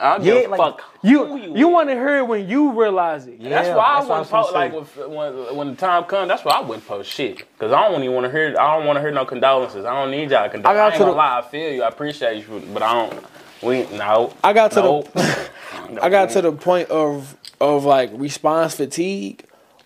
I don't give Yeah, a like, fuck. who you, is. you want to hear it when you realize it. That's Yeah, why that's I what wouldn't I was post gonna like when, when when the time comes. That's why I wouldn't post shit because I don't even want to hear. I don't want to hear no condolences. I don't need y'all condolences. I, got ain't to gonna the- lie. I feel you. I appreciate you, but I don't. We no. I got to no. the I got to the point of of like response fatigue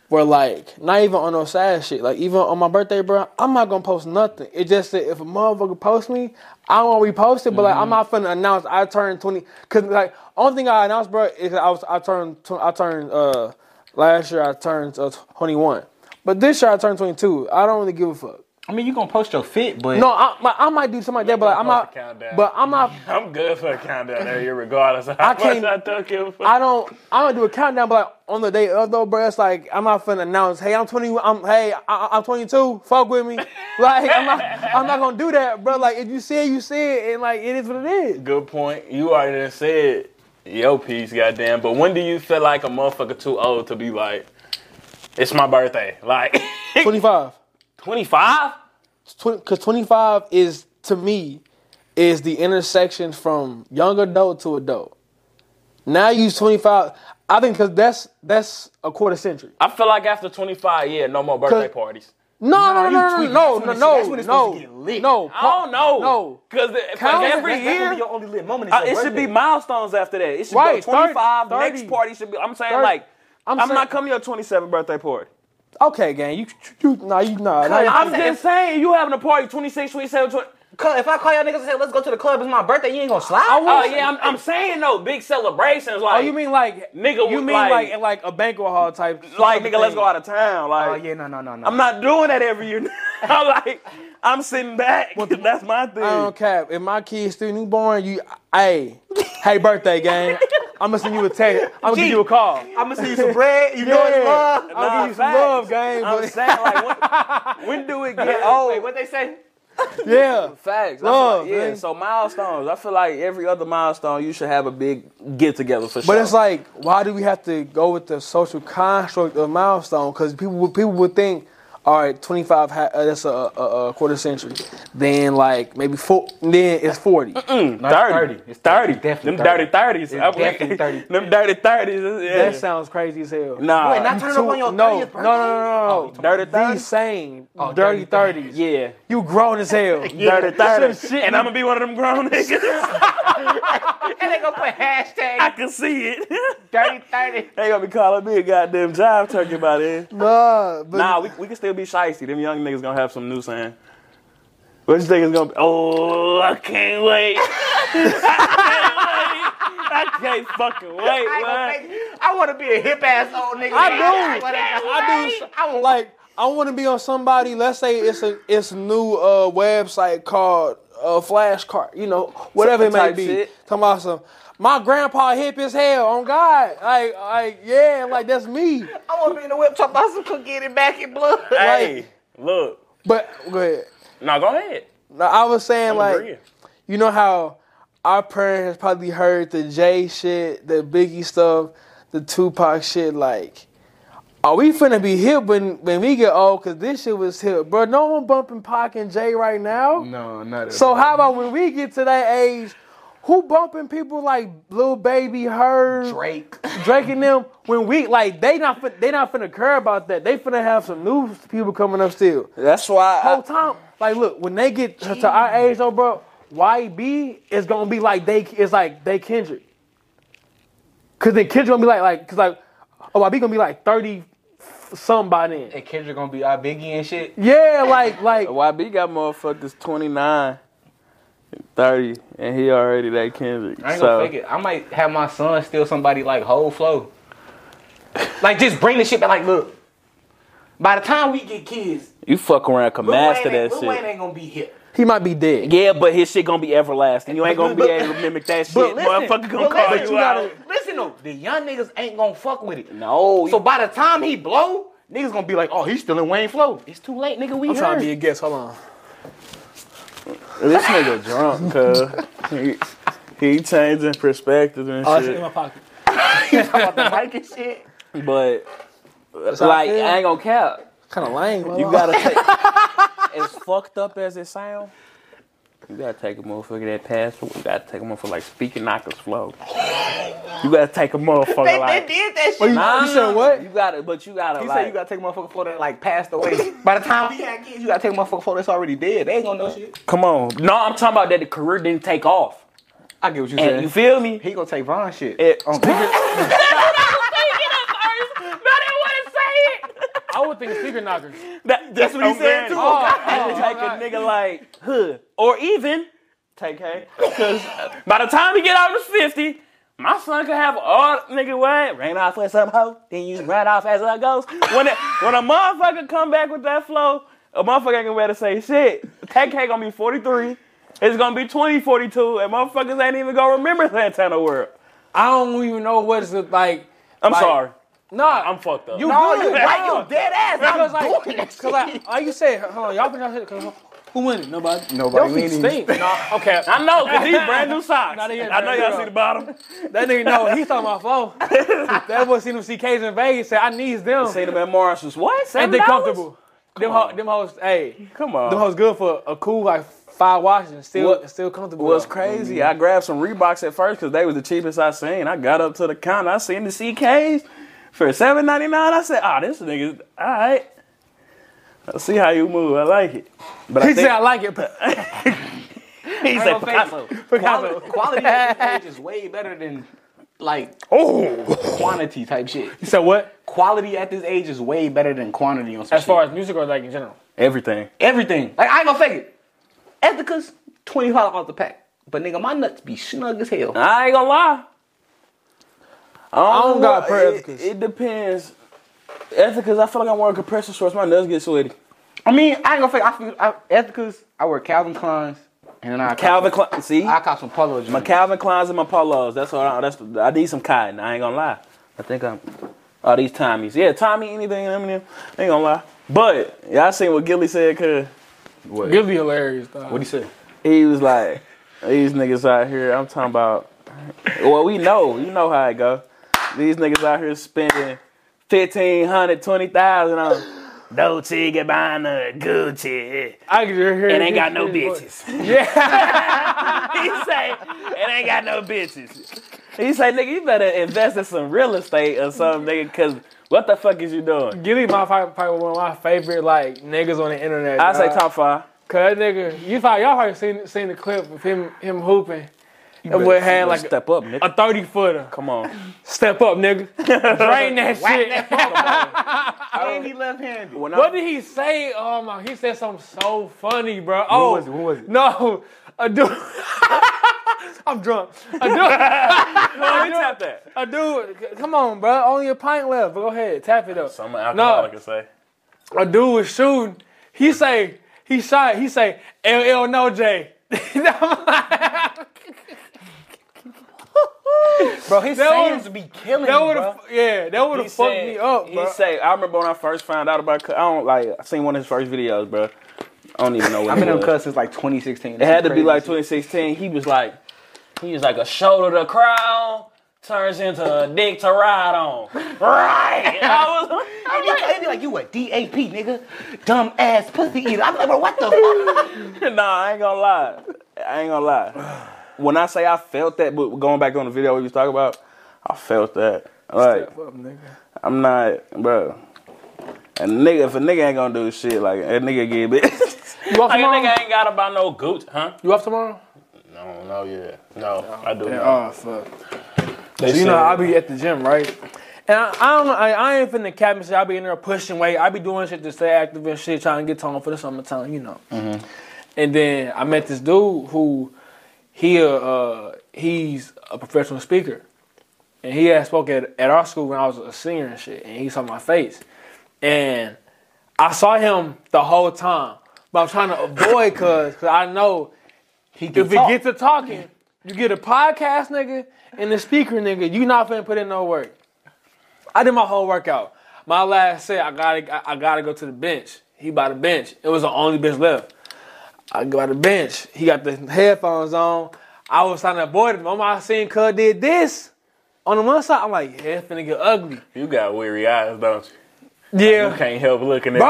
where like not even on no sad shit. Like even on my birthday, bro, I'm not gonna post nothing. It's just that if a motherfucker post me, I won't repost it, but like Mm-hmm. I'm not finna announce I turned twenty cause like only thing I announced, bro, is I was I turned tw- I turned uh last year I turned uh, twenty one. But this year I turned twenty two. I don't really give a fuck. I mean, you gonna post your fit, but No, I, my- I might do something like that, but like, I'm Post not. the countdown. But I'm not. I'm good for a countdown every year, regardless of how I can't- much I took him for. I don't I don't do a countdown, but like, on the day of though, bro, it's like I'm not finna announce, hey, I'm 20, I'm hey, I, I'm 22, fuck with me, like I'm not I'm not gonna do that, bro. Like if you see it, you see it, and like it is what it is. Good point. You already done said your piece, goddamn. But when do you feel like a motherfucker too old to be like, it's my birthday? Like, 25, 25? It's 20 cause 25 is to me is the intersection from young adult to adult. Now you 25, I think because that's that's a quarter century. I feel like after 25, yeah, no more birthday Cause- parties. No, no, no, you no, tweaking. no, That's no, when no, it's- that's when it's no, supposed to get lit. no. I don't know. No. Because Count every every That's year. gonna year. be your only lit moment. is Uh, your it should birthday. be milestones after that. It should Right, be 30, 25. Next 30. party should be. I'm saying 30. like, I'm, I'm saying- not coming to your 27th birthday party. Okay, gang, you, you, nah, you, nah, nah. you- I'm just saying you having a party 26, 27, 20. Cause if I call y'all niggas and say let's go to the club, it's my birthday. You ain't gonna slide. I Oh wish- yeah, I'm, I'm saying though, big celebrations like. Oh, you mean like Nigga, You we- mean like- like like, like a banquet hall type? type like nigga, thing. let's go out of town. Like Oh yeah, no, no, no, no. I'm not doing that every year. I'm like I'm sitting back. That's my thing. I Oh, don't care. If my kid's still newborn, you, hey, hey, birthday gang, I'm gonna send you a text. I'm gonna give you a call. I'm gonna see you some bread. You know it's love. I'm gonna give you some facts. love, gang. I'm but- saying like when, when do it get old? Wait, what they say? yeah. Facts. I feel Love, like- yeah. man. So milestones. I feel like every other milestone, you should have a big get together for sure. But it's like, why do we have to go with the social construct of milestone? Because people would people would think, all right, twenty five ha- uh, that's a, a, a quarter century. Then like maybe four. Then it's forty. That's 30. 30. It's It's 30. 30. Definitely Them dirty 30s. I'm definitely like, 30. Them dirty 30s. That Yeah. sounds crazy as hell. Nah. Wait, not turning up Two- on your no, 30th no, no, no, no, no. Dirty These 30s? same dirty dirty thirties. thirties. Yeah. You grown as hell. Dirty 30s. shit and I'm going to be one of them grown niggas. And they gonna put hashtag I can see it. dirty thirty. they going to be calling me a goddamn job turkey by then. Nah, but Nah, we, we can still be shicey. Them young niggas going to have some new saying. What you think is going to be? Oh, I can't wait. I can't wait. I can't fucking wait, man. I want to be a hip ass old nigga. I do. I do. I do. Like I want to be on somebody. Let's say it's a it's a new uh, website called uh, Flashcart. You know, whatever it may Type be. shit. Talking about some. My grandpa hip as hell. On God, like like yeah, like that's me. I want to be in the whip talking about some cookie and back in blood. Hey, look. But go ahead. No, go ahead. Now, I was saying like. Agreeing. you know how our parents probably heard the Jay shit, the Biggie stuff, the Tupac shit. Like, are we finna be hip when when we get old? Cause this shit was hip, bro. No one bumping Pac and Jay right now. No, not So how about when we get to that age? Who bumping people like Lil Baby, Herb, Drake. Drake and them? When we like, they not fin- they not finna care about that. They finna have some new people coming up still That's why. Uh, I- whole time. Like, look, when they get to, to our age, though, bro, YB is gonna be like they is like they Kendrick. Cause then Kendrick gonna be like like cause like oh YB gonna be like thirty f- some by then. And Kendrick gonna be our Biggie and shit. Yeah, like like YB got motherfuckers 29, 30, and he already that Kendrick. I ain't so, gonna fake it. I might have my son steal somebody like whole flow. like just bring the shit back. Like look, by the time we get kids, You fuck around, can Lil master Wayne ain't- that Lil Wayne shit. ain't gonna be hip. he might be dead. Yeah, but his shit gonna be everlasting. You ain't gonna be But- able to mimic that shit. But listen, Motherfucker gonna but call listen, you, out. gotta- Listen though, the young niggas ain't gonna fuck with it. No, So so, by the time he blow, niggas gonna be like, oh, he's still in Wayne flow. It's too late, nigga. We I'm trying heard. to be a guest. Hold on. this nigga drunk, cuz. He, he changing perspectives and Oh, that's in my shit. pocket. the mic and shit. But, how I like, I feel. ain't gonna cap. Kind of lame. bro. You gotta take, as fucked up as it sound, you gotta take a motherfucker that password. You gotta take a motherfucker like speaking knockers flow. You gotta take a motherfucker They, they like. did that shit. you- Nah, said what? You gotta, but you gotta. He like, said you gotta take a motherfucker for that like passed away. By the time we had kids, you gotta take a motherfucker for that's already dead. They ain't gonna know shit. Come on. No, I'm talking about that the career didn't take off. I get what you And said. you feel me? He gonna take Von shit. It- on Biggie. I would think speaker knockers. That- that's what he man. said too. Oh, And oh, take God. a nigga like hood or even take hey, because by the time he get out of fifty, my son could have all nigga what ran off with some hoe, then you ran off as a ghost. When it, when a motherfucker come back with that flow, a motherfucker ain't gonna to say shit. Take K gonna be forty three. It's gonna be 2042, and motherfuckers ain't even gonna remember Santana World. I don't even know what it's like. I'm Like- sorry. Nah, I'm fucked up. You No, good. you right, Nah. you dead ass. Cause I'm like, doing that cause like, shit. like you said, hold on, y'all been out here. Cause who winning? Nobody. Nobody. Your feet stink. nah, okay. I know, cause these brand new socks. Nah, they is I know brand y'all new. see the bottom. That nigga know he's talking about flow. that boy seen them see K's in Vegas. Said I needs them. Seen them at Marshall's. What? And Seven they dollars? comfortable. Them, ho- them hoes, hey, Come them on. hoes good for a cool like five watches and still What- still comfortable. What's though. crazy? I grabbed some Reeboks at first because they was the cheapest I seen. I got up to the counter. I seen the CKs for seven ninety nine. I said, "Ah, this nigga, all right." I see how you move. I like it. But I He said, think I like it. but he said Picasso. Quality, quality of the page is way better than like Oh. quantity type shit. He said, what? Quality at this age is way better than quantity on some As far as music or like in general? Everything. everything. Like I ain't gonna fake it. Ethica's twenty five off the pack, but nigga, my nuts be snug as hell. I ain't gonna lie. I don't got know. prayer It- Ethicas. It, depends. Ethicas, I feel like I'm wearing compression shorts. My nuts get sweaty. I mean, I ain't gonna fake. it. I feel I, Ethica's. I wear Calvin Klein's, and then I cop- Calvin Klein. See, I cop some polo my jeans. Calvin Klein's and my polos. That's all. I, that's I need some cotton. I ain't gonna lie. I think I'm. All these Tommies. Yeah, Tommy, anything, Eminem. I ain't gonna lie. But y'all seen what Gilly said? Cause Gilly hilarious, dog. What do you say? he was like, these niggas out here. I'm talking about. Well, we know. You know how it go. These niggas out here spending fifteen hundred, twenty thousand on Dolce Gabbana, Gucci. I can hear It ain't got no bitches. he say, it ain't got no bitches. He say, nigga, you better invest in some real estate or something, nigga, cause what the fuck is you doing? Gilly my fi- probably one of my favorite like niggas on the internet. I say dog. top five. Cause that nigga, you probably y'all probably seen seen the clip of him him hooping. That boy had like a, step up, nigga. a thirty footer. Come on. Step up, nigga. Drain that shit. And he left handed. When What I, did he say? Oh my, he said something so funny, bro. Oh, was it? What was it? No, a dude. I'm drunk. A dude, let me tap that. a dude. Come on, bro. Only a pint left. Go ahead, tap it up. I'm an alcoholic, No. I say. a dude was shooting. He say he shot. He say LL No J. I'm like, Bro, his That sayings would've- be killing that me, would bro. have yeah, that would have fucked said- me up, bro. He say, I remember when I first found out about. Cuz- I don't like. I seen one of his first videos, bro. I don't even know what. I've been it on was. cuss since like 2016. It had to be like 2016. He was like, He was like a shoulder to crown, turns into a dick to ride on. Right. I was I'd be, like, they be like, you a DAP, nigga. Dumb ass pussy eater. I'm like, bro, what the fuck? nah, I ain't gonna lie. I ain't gonna lie. When I say I felt that, but going back on the video we was talking about, I felt that. Like, Step up, nigga. I'm not, bro. A nigga, if a nigga ain't gonna do shit, like a nigga get bitch. You off like a tomorrow? nigga ain't got about no gooch, huh? you off tomorrow? No, no, yeah. No, I do not. Oh fuck. So, you know, I be at the gym, right? And I, I don't know, I, I ain't finna cap and shit. I be in there pushing weight. I be doing shit to stay active and shit, trying to get toned for the summertime, you know. And then I met this dude who he uh, uh he's a professional speaker. And he had spoke at, at our school when I was a senior and shit, and he saw my face. And I saw him the whole time. But I'm trying to avoid cuz cause I know He can if it gets to talking, you get a podcast nigga and a speaker nigga, you not finna put in no work. I did my whole workout. My last set, I gotta I, I gotta go to the bench. He by the bench. It was the only bench left. I go by the bench. He got the headphones on. I was trying to avoid him. I'm I seen Cud did this. On the one side, I'm like, yeah, it's finna get ugly. You got weary eyes, don't you? Yeah. You can't help looking at Bro,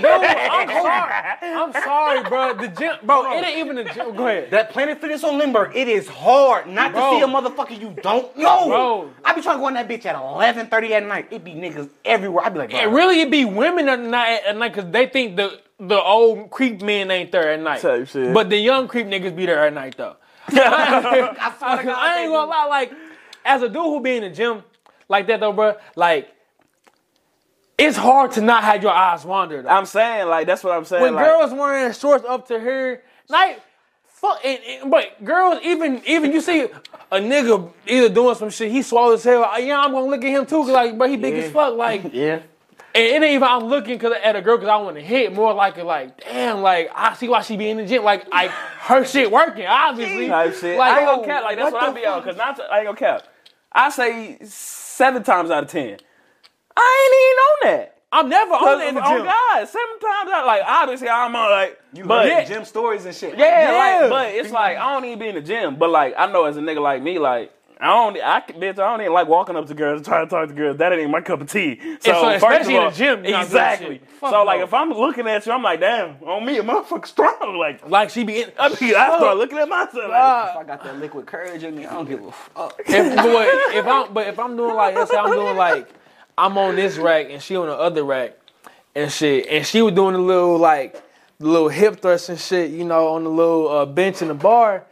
I do. I'm sorry. I'm sorry, bro. The gym, bro, it ain't even the gym. Go ahead. That Planet Fitness on Lindbergh, it is hard not Bro. to see a motherfucker you don't know. Bro. I be trying to go in that bitch at 11:30 at night. It be niggas everywhere. I be like, bro, And really, it be women at night, at night, cause they think the the old creep men ain't there at night. Type shit. But the young creep niggas be there at night though. I, swear to Cause God, I ain't gonna lie, like as a dude who be in the gym like that though, bro, like it's hard to not have your eyes wander. Though. I'm saying, like, that's what I'm saying. When like, girls wearing shorts up to here, like. Fuck, and, and- but girls, even even you see a nigga either doing some shit, he swallows his hair. like, Yeah, I'm gonna look at him too, 'cause, like, but he big as fuck. Like, Yeah. and it ain't even I'm looking cause at a girl because I want to hit more like it like damn like I see why she be in the gym like like her shit working obviously type shit. Like, I ain't gonna oh, cap. Like that's what what, the I be on. Cause not to, I ain't gonna cap. I say seven times out of ten. I ain't even on that. I'm never on Cause it in the oh gym God, seven times out. Like obviously I'm on like. You but heard gym stories and shit. yeah, Yeah. like but it's like I don't even be in the gym. But like I know as a nigga like me like. I don't, I, can- bitch, I don't even like walking up to girls and trying to talk to girls. That ain't my cup of tea. So, so first especially of in all, the gym, you're not doing exactly. shit. Fuck So, like, no. if I'm looking at you, I'm like, damn, on me, a motherfucker strong. Like, like she be in I, be, I start looking at myself. Like, If I got that liquid courage in me, I don't give a fuck. if, but if I'm but if I'm doing like let's say I'm doing like I'm on this rack and she on the other rack and shit. And she was doing a little like little hip thrust and shit, you know, on the little uh, bench in the bar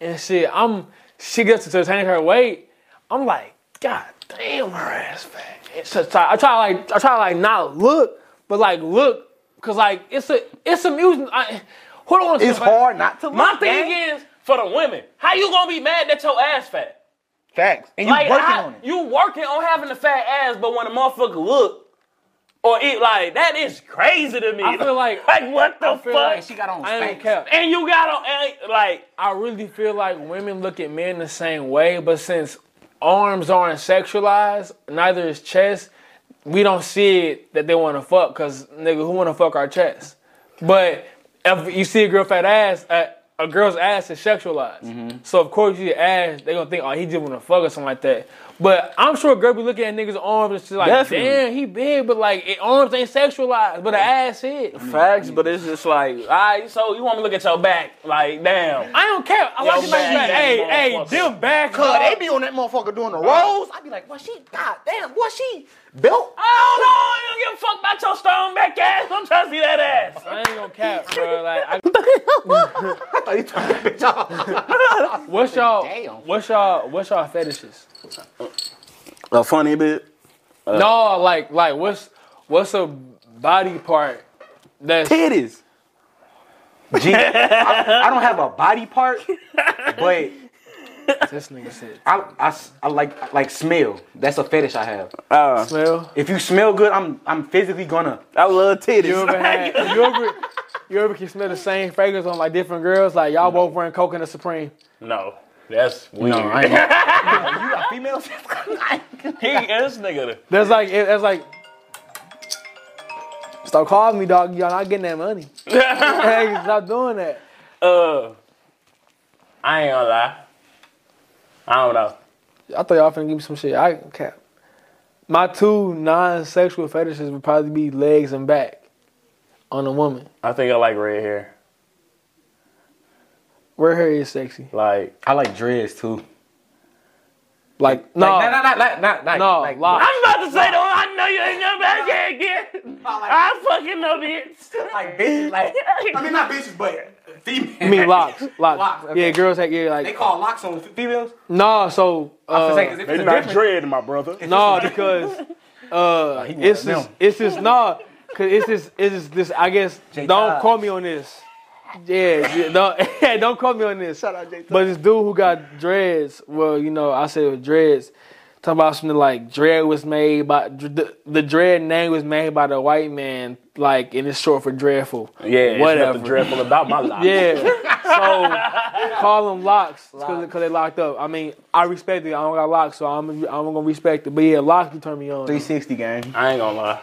and shit. I'm she gets to take her weight. I'm like, God damn, her ass fat. It's such I try like I try like not look, but like look, cause like it's a it's amusing. I, who don't want to It's hard not to. My look, thing man. is for the women. How you gonna be mad that your ass fat? facts, and you like, working how- on it. You working on having a fat ass, but when a motherfucker look or eat like that is crazy to me. I feel like- like what the fuck? feel like And she got on I ain't Spanx. cap. and you got on and, like I really feel like women look at men the same way, but since arms aren't sexualized, neither is chest, we don't see it that they want to fuck because, nigga, who want to fuck our chest? But if you see a girl fat ass, a, a girl's ass is sexualized. So, of course, you see ass, they going to think, oh, he just want to fuck or something like that. But I'm sure a girl be looking at niggas' arms and she's like, Definitely. damn, he big, but like, it, arms ain't sexualized, but the ass is. Facts, but it's just like all right, so you want me to look at your back? Like damn. I don't care. I like it like man, that. Hey, you hey, motherfucker. them back Cause up. they be on that motherfucker doing the rolls. I be like, well, she, goddamn, what she built? I don't know. I don't give a fuck about your stone back ass. I'm trying to see that ass. I ain't gonna cap, bro. Like, I, I thought you turned that bitch off. what's y'all? Damn. What's y'all? What's y'all fetishes? a funny bit. no, like, like, what's what's a body part that's Titties. Gee, I, I don't have a body part, but this nigga said? I, I s- I like like smell. That's a fetish I have. Uh, Well, If you smell good, I'm I'm physically gonna. I love you titties. ever had? You ever? You ever can smell the same fragrance on like different girls? Like y'all both wearing Coke and a Supreme. No, that's weird. No, I ain't. you got females? He, this nigga. That's like it, that's like. Stop calling me, dog. Y'all not getting that money. hey, stop doing that. Uh, I ain't gonna lie. I don't know. I thought y'all finna give me some shit. I cap. My two non-sexual fetishes would probably be legs and back on a woman. I think I like red hair. Red hair is sexy. Like I like dreads too. Like no, like, not, not, not, not, not, no, like, lie. I'm about to say though, I know you ain't never back here again. I fucking know bitch. like bitches, like I mean not bitches, but females. I mean locks, locks. Locks, okay. Yeah, girls have yeah like They call Oh, locks on females. no. So uh, They're not dread, my brother. no because uh, he it's one of just it's just no because it's just it's just this. I guess J. don't Todd. call me on this. Yeah, yeah, don't yeah, don't call me on this. Shout out J. Todd. But this dude who got dreads, well, you know, I said with dreads, talking about something like dread was made by the, the dread name was made by the white man, like, and it's short for dreadful. Yeah, whatever. Whatever. dreadful about my life. Yeah, so call them locks because they locked up. I mean, I respect it. I don't got locks, so I'm I'm gonna respect it. But yeah, locks do turn me on. 360 gang. I ain't gonna lie.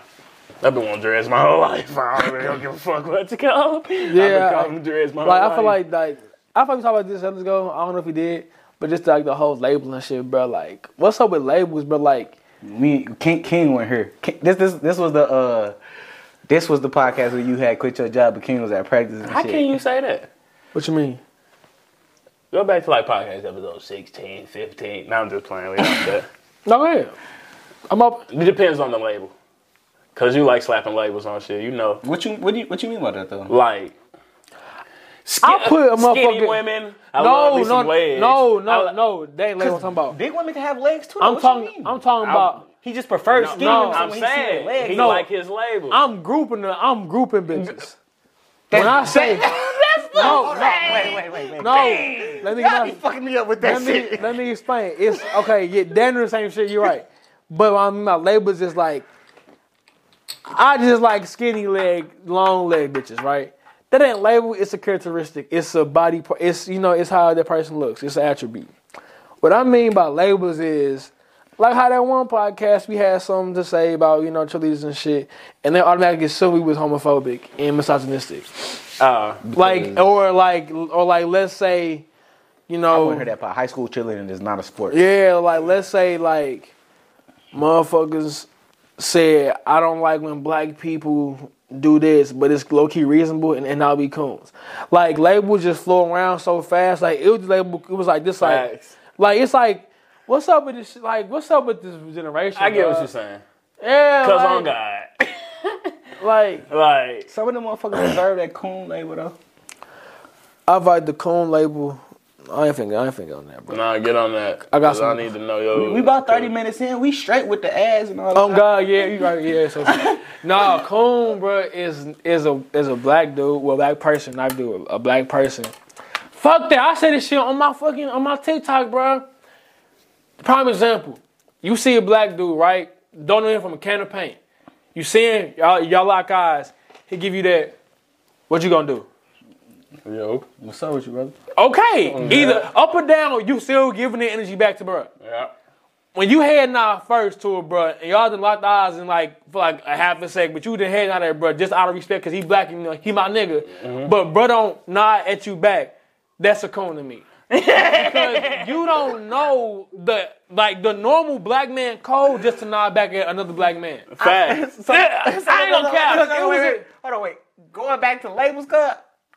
I've been wanting dreads my whole life. I don't really don't give a fuck what you call them. Yeah, I've been calling them dreads my Like whole I feel life. like like I feel like we talked about this others ago. I don't know if we did, but just like the whole labeling shit, bro. Like, what's up with labels, bro? Like. We King King went here. King, this this this was the uh this was the podcast where you had quit your job, but King was at practice and How shit. can you say that? What you mean? Go back to like podcast episode 16, 15. No, I'm just playing. We don't do that. No, yeah. I'm up. It depends on the label. Cause you like slapping labels on shit, you know. What you what do you what you mean by that though? Like I put a skinny motherfucker. women. I love no, me no, some legs. no, I no, li- no. They ain't like what I'm talking about. Big women can have legs too. I'm What you talking. mean? I'm talking about. He just prefers No, skinny no, women. so I'm when he see their saying legs, he no. like his label. I'm grouping. The, I'm grouping bitches. When I say no, no, Wait, wait, wait, wait. no, let me Y'all be let fucking me up with that me shit. let me explain. It's okay. Yeah, damn near the same shit. You're right. But my, my labels is like, I just like skinny leg, long leg bitches, right? That ain't label. It's a characteristic. It's a body. par- It's you know. It's how that person looks. It's an attribute. What I mean by labels is like how that one podcast we had something to say about you know cheerleaders and shit, and they automatically assume we was homophobic and misogynistic. Uh, Like or like or like let's say, you I know, want to hear that part. High school cheerleading is not a sport. yeah, like let's say like motherfuckers said I don't like when black people do this, but it's low key reasonable and, and I'll be coons. Like labels just flow around so fast. Like it was label it was like this like Facts. like it's like what's up with this shit? like what's up with this generation? I get what dog? you're saying. Yeah, Cause like, on God. Like Like, Some of them motherfuckers deserve that coon label though. I like the Coon label. I ain't finna I ain't finna go on that, bro. nah, get on that. I got 'cause some- I need to know your. We about thirty minutes in. We straight with the ass and all. Oh, God. Oh that. God, yeah, you right, yeah. So, nah, Coon, bro, is is a is a black dude, well, black person, not dude, a black person. Fuck that! I said this shit on my fucking on my TikTok, bro. Prime example, you see a black dude, right? Don't know him from a can of paint. You see him, y'all y'all lock eyes. He give you that. What you gonna do? Yo. What's up with you, brother? Okay, either up or down, you still giving the energy back to bro. Yeah. when you heading out first to it, bro, and y'all done locked eyes in like for like a half a sec, but you done heading out there, bro, just out of respect because he black and you know, he my nigga. But bro don't nod at you back. That's a cone to me. because you don't know the like the normal black man code just to nod back at another black man. Facts. I, ain't No, no, gonna cap. no, no, It was wait, a- wait. Hold on, wait. Going back to labels, cuz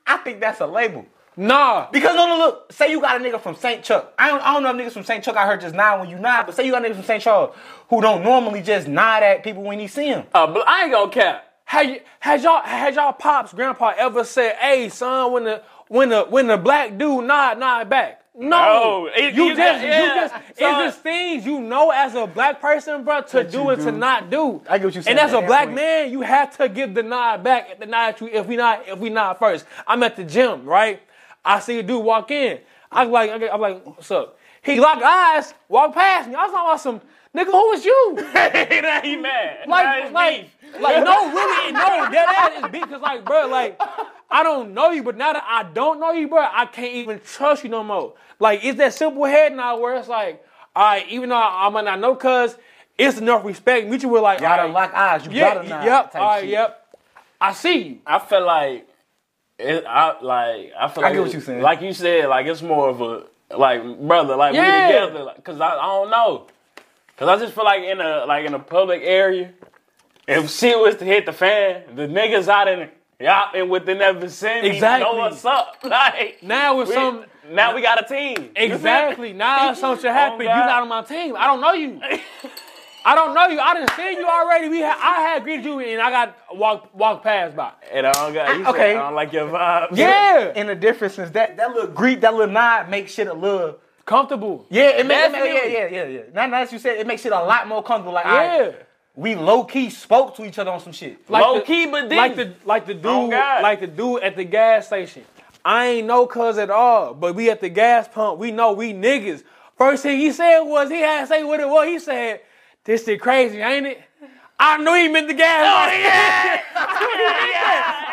I think that's a label. Nah, Because no, no, look. Say you got a nigga from St. Chuck. I don't, I don't know if niggas from St. Chuck I heard just nod when you nod, but say you got niggas from St. Charles who don't normally just nod at people when he see them. Oh, Uh, but I ain't gonna cap. Had y- had y'all had y'all pops grandpa ever said, "Hey son, when the when the when the black dude nod nod back"? No, No, it- you, you- just you yeah. just Son. it's just things you know as a black person, bro, to do and to not do. I get what you saying. And as a Yeah, black wait. man, you have to give the nod back at the nod you if we not if we not first. I'm at the gym, right? I see a dude walk in. I like I get- I'm like, what's up? He locked eyes, walked past me. I was talking about some nigga. Who is you? now he mad. Now like, it's like, like, no, really, no, that ass is big. Cause like, bro, like, I don't know you, but now that I don't know you, bro, I can't even trust you no more. Like, it's that simple head now where it's like, all right, even though I, I might not know, cuz it's enough respect. Mutual, were like, Y'all done alright, lock eyes. You yeah, gotta nod. yep, type all right, shit. yep, I see you. I feel like it, I like I feel I like get what it- you saying. Like you said, like it's more of a like brother, like Yeah. we together, like, cause I, I don't know, cause I just feel like in a like in a public area, if shit was to hit the fan, the niggas out in y'all and within that vicinity Exactly. know what's up. Like Now it's we- some- now we got a team. You feel Exactly. me? Now something happened. You're Oh, God. not on my team. I don't know you. I don't know you. I didn't see you already. We had, I had greeted you and I got walked walked past by. And I don't got you said, Okay. I don't like your vibe. Yeah, And the difference is that that little greet, that little nod makes shit a little. comfortable. Yeah, it makes yeah, Definitely. yeah, yeah, yeah. Now, now that you said, it makes shit a lot more comfortable. Like, Yeah. alright, we low key spoke to each other on some shit. like Low the- key, but then like the like the dude Oh, God. like the dude at the gas station. I ain't know cuz at all, but we at the gas pump. We know we niggas. First thing he said was he had to say what it was. He said, "This shit crazy, ain't it?" I knew he meant the gas. Oh, station.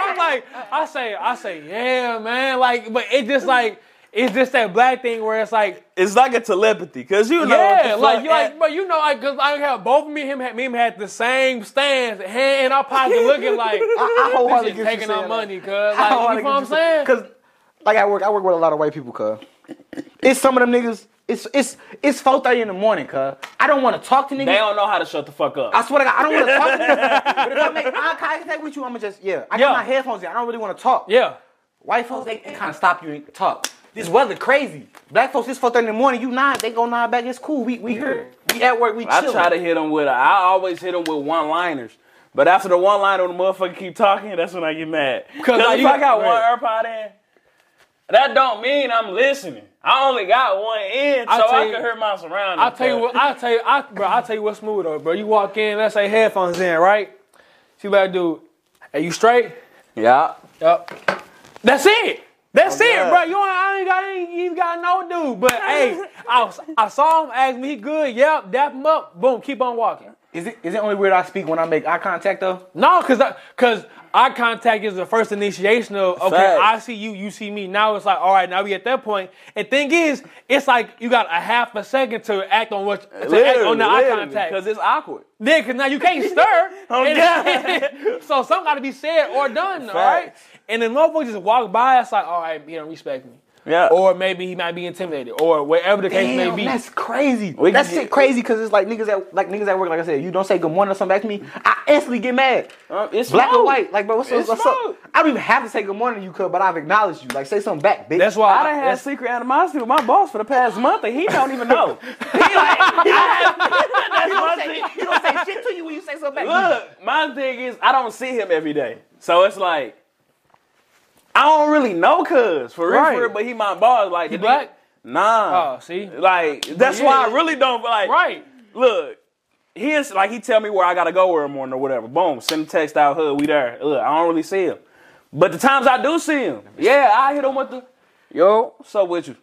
I'm like, I say, I say, yeah, man. Like, but it just like it's just that black thing where it's like It's like a telepathy, cause you know. what yeah, the like fuck- you eh. like, but you know, like, cause I have both me and him, had, me and him had the same stance, hand in our pocket, looking like I wholeheartedly this get shit you taking our saying that. money, cause like, I don't you know what I'm saying? Because, like, I work, I work with a lot of white people, cuz. It's some of them niggas. It's it's it's 4:30 in the morning, cuz. I don't want to talk to niggas. they don't know how to shut the fuck up. I swear to God, I don't want to talk to niggas. but if I make eye contact with you, I'ma just yeah. I Yeah. got my headphones in. I don't really want to talk. yeah, White folks, they kind of stop you and talk. This weather crazy. Black folks, it's 4:30 in the morning. You nod, they go nod back. It's cool. We we here. We at work. We I chilling. try to hit them with. A, I always hit them with one liners. But after the one liner, when the motherfucker keep talking, that's when I get mad. Because like, if you- I got right. one AirPod in, that don't mean I'm listening. I only got one in, so I'll tell I you- can hear my surroundings. I tell you what, I tell you, I, bro, I tell you what's smooth though, bro. You walk in, let's say headphones in, right? She like, dude, are you straight? Yeah. Yup. That's it. That's it, God. bro. You ain't, I ain't got ain't even got no dude, but hey, I, was- I saw him, asked me, he good, yep, dap him up, boom, keep on walking. Is it is it only weird I speak when I make eye contact though? No, cause I, cause eye contact is the first initiation of okay, Facts. I see you, you see me. Now it's like all right, now we at that point. And thing is, it's like you got a half a second to act on what to act on the eye because contact. it's awkward. Then, cause now you can't stir. Oh, God. And- so something got to be said or done, all right? Facts. And then motherfuckers just walk by. It's like all right, you don't respect me. Yeah. Or maybe he might be intimidated, or whatever the case may Damn, be. that's crazy. We that can shit get- crazy because it's like niggas at like niggas at work. Like I said, you don't say good morning or something back to me, I instantly get mad. Um, it's Black or smoke. white, like bro, what's, up? It's what's up? smoke. I don't even have to say good morning to you, cuz, but I've acknowledged you. Like say something back, bitch. That's why I done had that's- secret animosity with my boss for the past month, and he don't even know. he like, I have- that's my thing. You don't say shit to you when you say something back. Look, my thing is I don't see him every day, so it's like I don't really know, cuz for real, Right. for real, but he my boss. Like, he black? Nah. Oh, see, Like that's Yeah. why I really don't like. right. Look, he's like he tell me where I gotta go every morning or whatever. Boom, send a text out. Hood, we there. Look, I don't really see him, but the times I do see him, yeah, I hit him with the yo. So with you,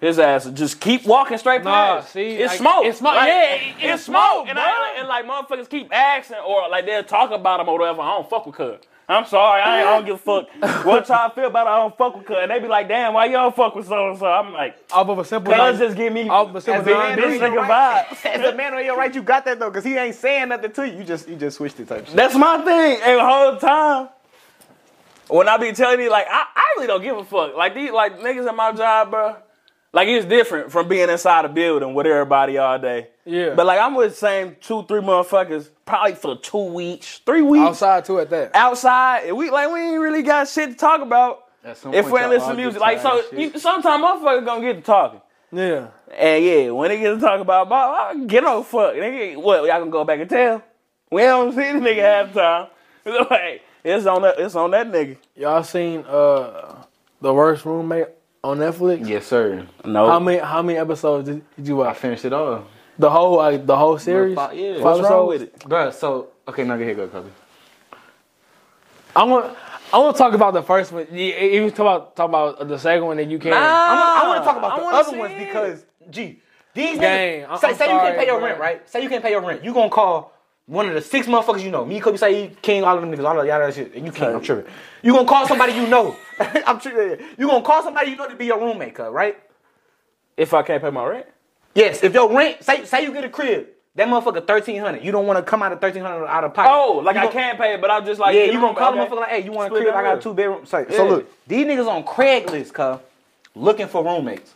his ass will just keep walking straight Nah, past. see, it's like, smoke. it's smoke, Like, yeah, it- it's, it's smoke. smoke, and, I, bruh. and like motherfuckers keep asking or like they'll talk about him or whatever. I don't fuck with cuz. I'm sorry, I, ain't, I don't give a fuck what y'all feel about. It, I don't fuck with cuz, and they be like, "Damn, why y'all fuck with so and so?" I'm like, Off of a simple, "Cuz just give me "Oh, off of a simple. As a man, non- this You're nigga right. vibes." As the man on your right, you got that though, cause he ain't saying nothing to you. You just you just switched it type shit. That's my thing. And the whole time, when I be telling you, like, I, I really don't give a fuck. Like, these, like, niggas at my job, bro, like, it's different from being inside a building with everybody all day. Yeah. But, like, I'm with the same two, three motherfuckers probably for two weeks, three weeks outside. Outside too at that. and we, like, we ain't really got shit to talk about if we ain't listen to music. Like, so, you, sometimes motherfuckers gonna get to talking. Yeah, And yeah, when they get to talk about Bob, I don't get no fuck. Nigga, what y'all gonna go back and tell? We don't see the nigga halftime. It's like it's on that it's on that nigga. y'all seen uh the worst roommate on Netflix? Yes, sir. No. How many how many episodes did, did you watch? finished it all. The whole like the whole series. Five- yeah. Five What's episodes? it? Bruh, so okay, no, go ahead, go, Kobe. I want I want to talk about the first one. You, you talk about talk about the second one that you can. I'm, I want to talk about I the wanna other see ones it. because, gee, these Gang, I- niggas. say I'm say you sorry, can't pay your bro. rent, right? Say you can't pay your rent. You gonna call one of the six motherfuckers you know. Me, Kobe, Saeed, King, all of them niggas, all of y'all that shit. And you can't. I'm tripping. You gonna call somebody you know. I'm tripping. You gonna call somebody you know to be your roommate, cuz, right? If I can't pay my rent. Yes. If your rent, say say you get a crib, that motherfucker thirteen hundred. You don't want to come out of thirteen hundred out of pocket. Oh, like You I gon- can't pay it, but I'm just like Oh, yeah, get you gonna on- call okay. the motherfucker like, hey, you want a Split crib? that I got up. a two bedroom. So, Yeah. so look, these niggas on Craigslist, cuz, looking for roommates.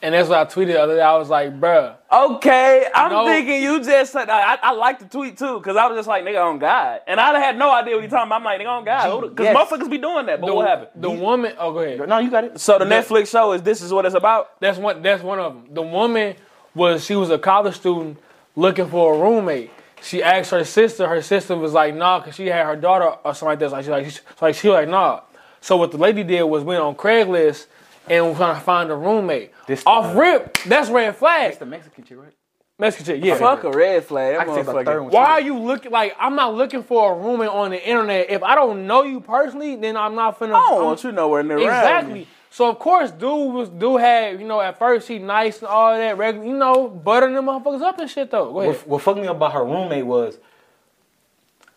And that's what I tweeted the other day. I was like, bruh, Okay, I'm No. thinking you just said I, I, I like the tweet too, cause I was just like nigga on God, and I had no idea what he talking. about. I'm like nigga on God, Who the- cause Yes. motherfuckers be doing that. But the, what happened? the woman. Oh, go ahead. No, you got it. So the Netflix show is this is what it's about. That's one. That's one of them. The woman was she was a college student looking for a roommate. She asked her sister. Her sister was like, "Nah," cause she had her daughter or something like that. Like she like she like she like nah. So what the lady did was went on Craigslist and was trying to find a roommate. This the- Off rip. That's red flag. It's the Mexican chick, right? Mexican chick. Yeah. Fuck a red flag. That I can say about the motherfucker. third one. Why are you looking like I'm not looking for a roommate on the internet? If I don't know you personally, then I'm not finna. I don't I'm- want you nowhere near around me. Exactly. So of course, dude was dude had you know at first he nice and all that regular you know buttering them motherfuckers up and shit though. Go ahead. What, what fucked me up about her roommate was,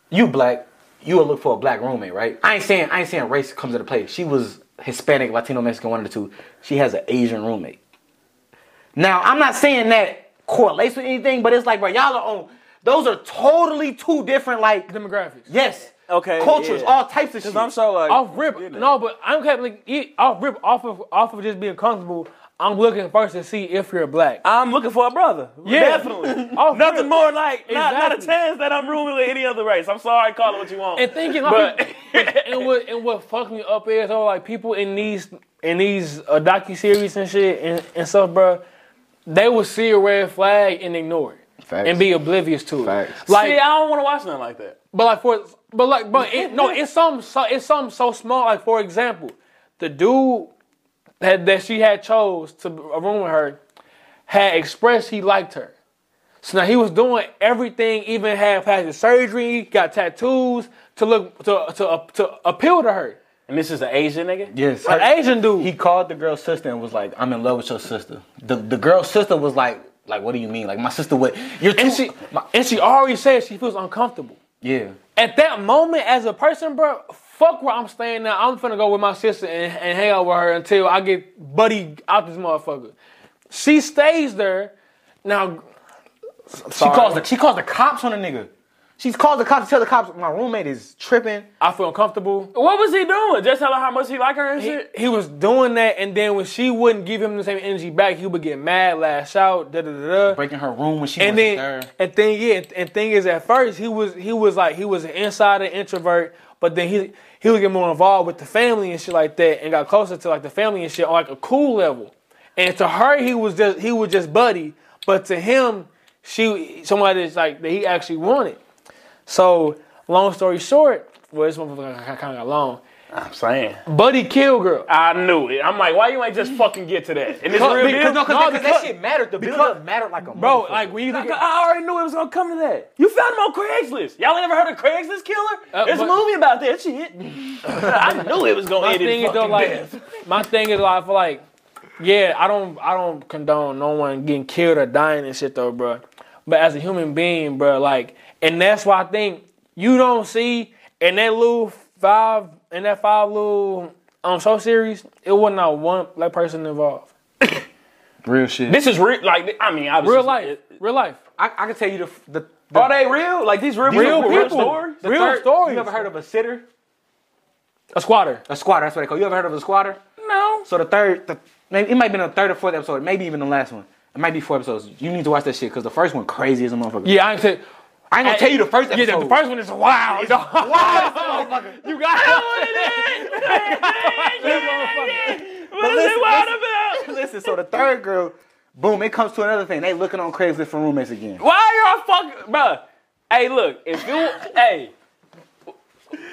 you black, you would look for a black roommate, right? I ain't saying I ain't saying race comes into play. She was Hispanic, Latino, Mexican, one of the two. She has an Asian roommate. Now I'm not saying that correlates with anything, but it's like, bro, y'all are on. Those are totally two different, like Demographics. yes, Okay, cultures, yeah. all types of shit. I'm so like Off rip. you know. No, but I'm kind of like it, off rip off of off of just being comfortable. I'm looking first to see if you're black. I'm looking for a brother. Yeah. Definitely. Off Nothing rip. more like not, not a Exactly. chance that I'm rooming with any other race. I'm sorry, call it what you want. and thinking like, but and what and what fucked me up is oh like people in these in these uh, docu series and shit and, and stuff, bro, they will see a red flag and ignore it Facts. and be oblivious to Facts. it. Like see, I don't want to watch nothing like that. But like for but like but it, no, it's something so it's something so small. Like for example, the dude that that she had chose to a room with her had expressed he liked her. So now he was doing everything, even had plastic surgery, got tattoos to look to to to appeal to her. And this is an Asian nigga. yes, An her- Asian dude. He called the girl's sister and was like, "I'm in love with your sister." The the girl's sister was like, "Like, what do you mean? Like, my sister would you're too." and she and she already said she feels uncomfortable. yeah. At that moment, as a person, bro, fuck where I'm staying now. I'm finna go with my sister and, and hang out with her until I get buddy out this motherfucker. She stays there. Now, She calls the she calls the cops on the nigga. She's called the cops to tell the cops my roommate is tripping. I feel uncomfortable. What was he doing? Just telling her how much he like her and He, shit. he was doing that, and then when she wouldn't give him the same energy back, he would get mad, lash out, da da da da. Breaking her room when she And and then, there. and thing yeah, and, and thing is, at first he was he was like he was an insider introvert, but then he he would get more involved with the family and shit like that, and got closer to like the family and shit on like a cool level. And to her, he was just he was just buddy, but to him, she somebody that's like that he actually wanted. So long story short, well, this motherfucker kind of got long. I'm saying. Buddy kill girl. I knew it. I'm like, why you ain't just fucking get to that? And it's Because- real because- deal? No, cause, No, that- 'cause because- that shit mattered. The build-up mattered like a Bro, motherfucker. like when you look at I already knew it was gonna come to that. You found him on Craigslist. Y'all ain't ever heard of Craigslist Killer? Uh, There's a but- movie about that shit. I knew it was gonna my end thing in is though, fucking like death. my thing is like for like, yeah, I don't I don't condone no one getting killed or dying and shit though, bro. But as a human being, bro, like, and that's why I think you don't see in that little five in that five little um show series, it wasn't not one black person involved. real shit. This is real. Like, I mean, obviously, Real life, real life, I, I can tell you the f- the, the Are they real? Like these real, real real people. stories? the real third- stories. You ever heard of a sitter? a squatter. A squatter. That's what they call. You ever heard of a squatter? No, So the third, the, maybe it might have been the third or fourth episode, maybe even the last one. It might be four episodes. You need to watch that shit because the first one crazy as a motherfucker. yeah, I ain't say. I ain't gonna tell you the first episode. Yeah, the first one is wild. dog. Wow, motherfucker. You got But listen, listen, listen, so the third girl, boom, it comes to another thing. They looking on Craigslist for roommates again. Why y'all fucking, bruh? Hey, look, if you, hey,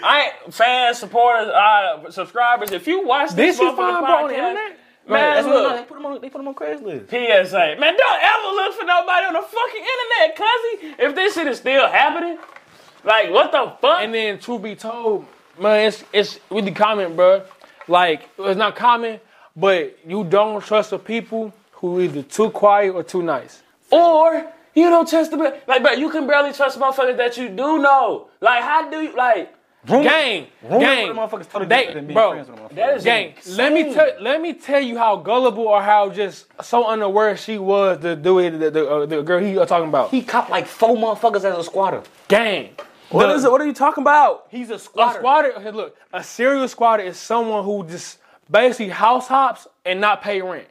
I ain't fans, supporters, uh, subscribers, if you watch this, This you motherfucking find, bro, on the podcast, internet? man, That's what no, look, they put them on. They put them on Craigslist. PSA, man, don't ever look for nobody on the fucking internet, cuzzy. If this shit is still happening, like, what the fuck? And then truth be told, man, it's it's really common, bro. Like it's not common, but you don't trust the people who either too quiet or too nice. Or you don't trust the like, bro. You can barely trust motherfuckers that you do know. Like, how do you like? Roommate- Gang, roommate gang, with the motherfuckers totally They- different than being bro, friends with the motherfuckers. That is gang. Let me tell let me tell you how gullible or how just so unaware she was the dude the the, uh, the girl he uh, talking about. He copped like four motherfuckers as a squatter. gang. What The- is it? What are you talking about? He's a A squatter. squatter, okay, look, a serial squatter is someone who just basically house hops and not pay rent.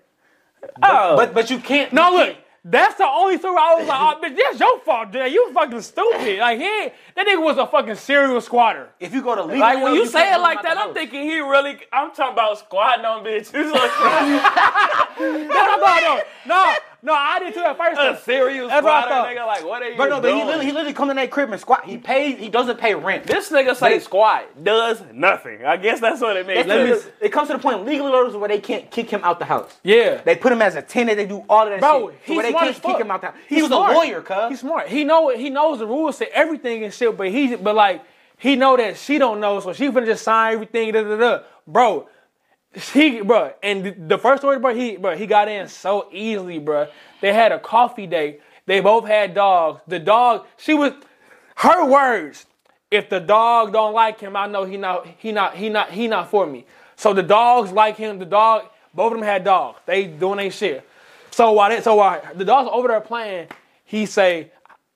Oh, But but you can't. No, look, that's the only story I was like, oh, bitch, that's your fault, dude. You fucking stupid. Like, he, ain't- that nigga was a fucking serial squatter. If you go to legal, like when you, say can't it like move out that, the I'm house. thinking he really. I'm talking about squatting on bitches. Like, That's what I thought. No, no, I did too at first. a serious That's what I squatter thought. nigga. Like, what are you But no, but he doing? literally, he literally come in that crib and squat. He pays. He doesn't pay rent. this nigga say Let- squat does nothing. I guess that's what it means. That's the- it comes to the point legally notice where they can't kick him out the house. Yeah. They put him as a tenant. They do all of that Bro, shit. to he's where they smart can't as fuck. kick him out the house. He's he was smart. a lawyer, cuz. He's smart. He know he knows the rules to everything and shit, but he but like he know that she don't know, so she finna just sign everything. Da da da. Bro, he bro, and th- the first story, bro, he bro, he got in so easily, bro. They had a coffee date. They both had dogs. The dog, she was, her words. If the dog don't like him, I know he not he not he not he not for me. So the dogs like him. The dog, both of them had dogs. They doing their shit. So while they, so while the dogs over there playing, he say,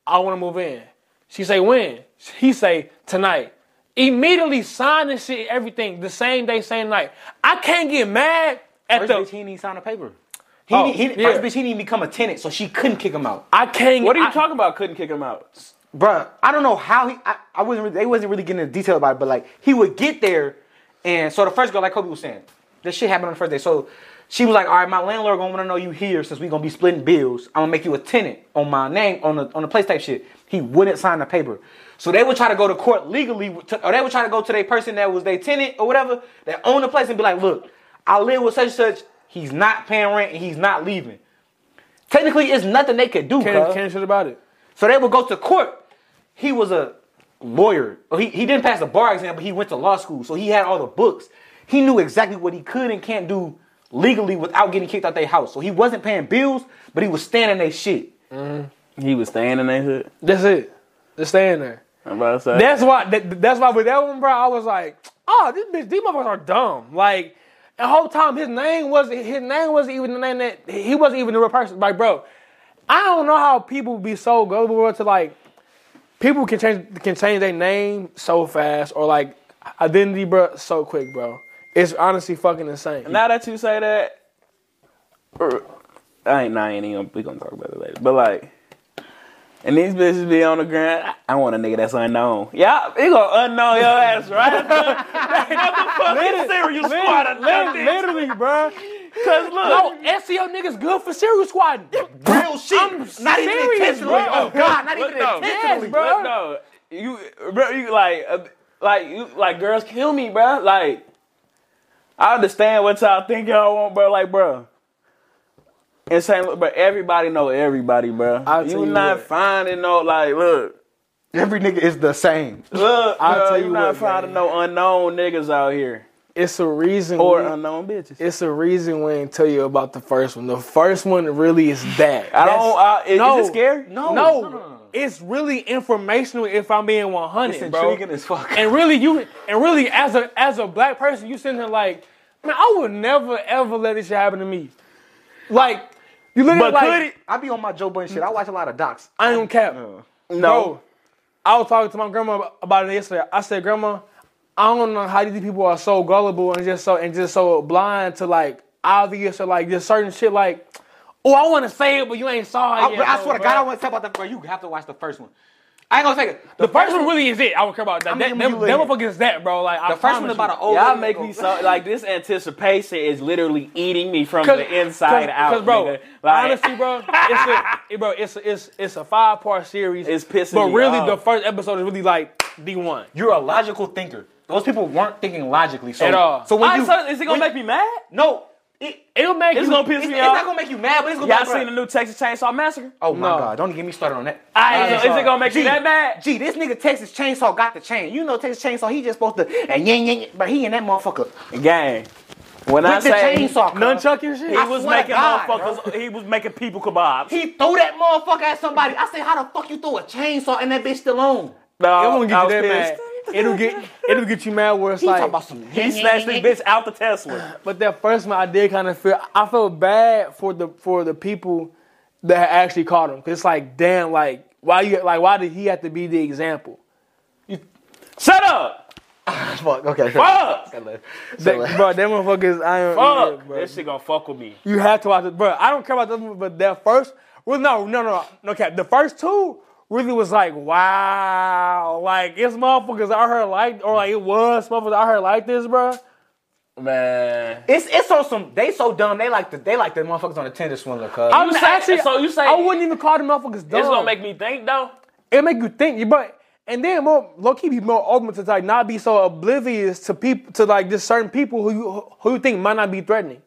I want to move in. She say when? He say tonight. Immediately sign and shit, everything the same day, same night. I can't get mad at First bitch, the. he didn't sign a paper. He, Oh, didn't- he, didn't- yeah. First bitch, he didn't become a tenant, so she couldn't kick him out. I can't. what are you I- talking about? Couldn't kick him out. Bruh, I don't know how he. I, I wasn't. Really, they wasn't really getting into detail about it, but like he would get there, and so the first girl, like Kobe was saying, this shit happened on the first day. So she was like, "All right, my landlord gonna wanna know you here since we gonna be splitting bills. I'm gonna make you a tenant on my name on the on the place type shit." He wouldn't sign the paper, so they would try to go to court legally, to- or they would try to go to their person that was their tenant or whatever that owned the place and be like, "Look, I live with such and such. He's not paying rent and he's not leaving." Technically, it's nothing they could do. Can't, cuz. can't shit about it. So they would go to court. He was a lawyer. Or He, he didn't pass the bar exam, but he went to law school. So he had all the books. He knew exactly what he could and can't do legally without getting kicked out their house. So he wasn't paying bills, but he was standing their shit. He was staying in that hood. That's it. Just staying there. I'm about to say. That's why. That, that's why with that one, bro, I was like, oh, this bitch, these motherfuckers are dumb. Like, the whole time his name was his name wasn't even the name that he wasn't even the real person. Like, bro, I don't know how people be so gullible to like people can change can change their name so fast or like identity, bro, so quick, bro. It's honestly fucking insane. Now that you say that, er, I ain't. Nah, I ain't even. We gonna talk about it later. But like, and these bitches be on the ground. I- I want a nigga that's unknown. Yeah, he gonna unknown your ass right after that motherfucking serious squad. of nothing. Literally, bro. Cause look, No, SEO niggas good for serial squatting. Real shit. not even serious, intentionally. bro. Oh God, not even no, intentionally, bro. But no, you, bro, you like, uh, like you, like girls kill me, bro. Like, I understand what y'all think y'all want, bro. Like, bro. And same, bro. Everybody know everybody, bro. I'll tell you you not what. finding no like, look, Every nigga is the same. look, I'll bro, tell you you not what, finding no unknown niggas out here It's a reason or we- unknown bitches. it's a reason we ain't tell you about the first one. The first one really is that. I don't. I, is, is it scary? Uh-uh. No, no, It's really informational if I'm being 100, It's bro. intriguing as fuck. And really, you and really as a as a black person, you sitting here like, man, I would never ever let this shit happen to me. Like, you look at But like, could it? I be on my Joe Budden shit. I watch a lot of docs. I don't cap. No. Bro, I was talking to my grandma about it yesterday. I said, Grandma, I don't know how these people are so gullible and just so and just so blind to like obvious or like just certain shit like, oh, I want to say it, but you ain't saw it. I, yet, I bro, swear to bro. God, I want to talk about the bro. You have to watch the first one. I ain't gonna say it. The first one really is it. I don't care about that. many That, of that, you that live? motherfucker is that, bro. Like I The first one promise about you. an old. Y'all make me so like this anticipation is literally eating me from the inside out. bro, nigga. Like, honestly, bro, it's a, it- bro, it's a, it's it's a five part series. It's pissing But me really, off. the first episode is really like D one. You're a logical thinker. Those people weren't thinking logically. So, At all. So when I- you, so is it gonna when- make me mad? no, it, It'll make It's you. gonna piss it's, me it's not off. gonna make you mad, but it's gonna. Y'all make you seen the new Texas Chainsaw Massacre? Oh my No. God! Don't even get me started on that. I, I'm is it sorry. gonna make Gee, you that mad? Gee, this nigga Texas Chainsaw got the chain. You know Texas Chainsaw, he just supposed to and yang yang, yang, but he and that motherfucker Gang. When I with the say chainsaw. cuz. nunchuck and shit. he I was swear to making God, motherfuckers, he was making people kebabs. He threw that motherfucker at somebody. I said, how the fuck you throw a chainsaw and that bitch still on? no, It won't I get you that was mad. pissed. It'll get it'll get you mad where it's He like. talking about some. He snatched this bitch out the Tesla. But that first one, I did kind of feel. I felt bad for the for the people that had actually caught him. 'Cause it's like, damn, like why you like why did he have to be the example? Shut up! Fuck. Okay. Fuck! That, bro, that motherfuckers, I don't. Fuck! bro. This shit gonna fuck with me. You have to watch it, bro. I don't care about this one, but that first, well, no, no, no, no cap. The first two really was like, wow, like it's motherfuckers out here like, or like it was motherfuckers out here like this, bro. Man. It's it's on some. They so dumb. They like the they like the motherfuckers on the Tinder swindler. Cuz I'm say- actually, so you say- I wouldn't even call them motherfuckers dumb. It's gonna make me think though. it make you think, you but and then more low key be more open to like not be so oblivious to people to like just certain people who you who you think might not be threatening.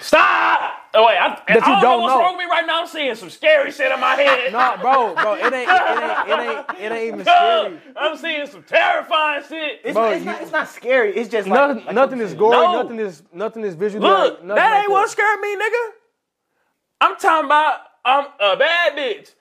Stop! Oh wait, I, I don't, know don't what's know. wrong with me right now. I'm seeing some scary shit in my head. Nah, bro, bro, it ain't, it ain't, it ain't, it ain't even Duh, scary. I'm seeing some terrifying shit. it's, bro, it's, you- not, it's not scary. It's just like, Nothing, like nothing what is you gory. No. Nothing is, nothing is visual. Look, nothing that like ain't what scared me, nigga. I'm talking about I'm a bad bitch,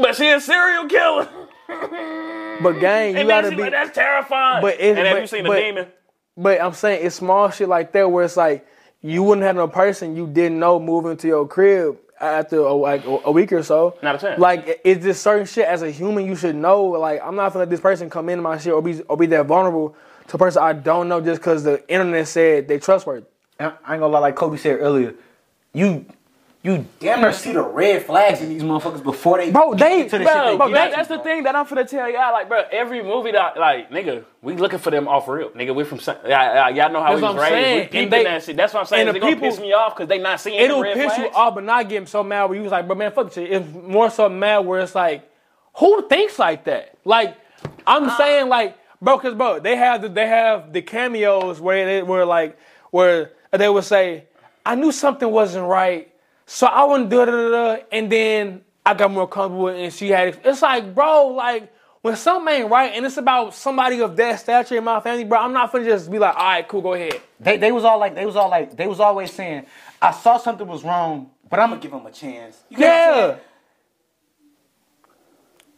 but she a serial killer. But gang, you and then gotta she be. like, that's terrifying. But it's- and have but- you seen but- the demon? But I'm saying it's small shit like that where it's like you wouldn't have no person you didn't know move into your crib after a, like a a week or so. Not a chance. Like it- it's just certain shit as a human you should know. Like I'm not gonna let this person come into my shit or be or be that vulnerable to a person I don't know just because the internet said they trustworthy. I I ain't gonna lie, like Kobe said earlier, you you damn near see the red flags in these motherfuckers before they Bro, they- to the bro, shit they bro, get That- into, that's the bro. thing that I'm finna tell y'all. Like, bro, every movie that, like, nigga, we looking for them off real. Nigga, we from, Sa- y'all, y'all- y'all know That's how we what was I'm raised. saying. We And peeping they- that shit. That's what I'm and saying. They the gonna people- piss me off because they not seeing the It'll red piss you flags. off, but not getting so mad where you was like, bro, man, fuck this shit. It's more so mad where it's like, who thinks like that? Like, I'm Uh, saying like, bro, cause bro, they have the, they have the cameos where they were like, where they would say, I knew something wasn't right, so I went da da da, da," and then I got more comfortable, and she had. It's like, bro, like. When something ain't right, and it's about somebody of that stature in my family, bro, I'm not finna just be like, all right, cool, go ahead. They they was all like they was all like they was always saying, I saw something was wrong, but I'm gonna give them a chance. You get what I'm Yeah. saying?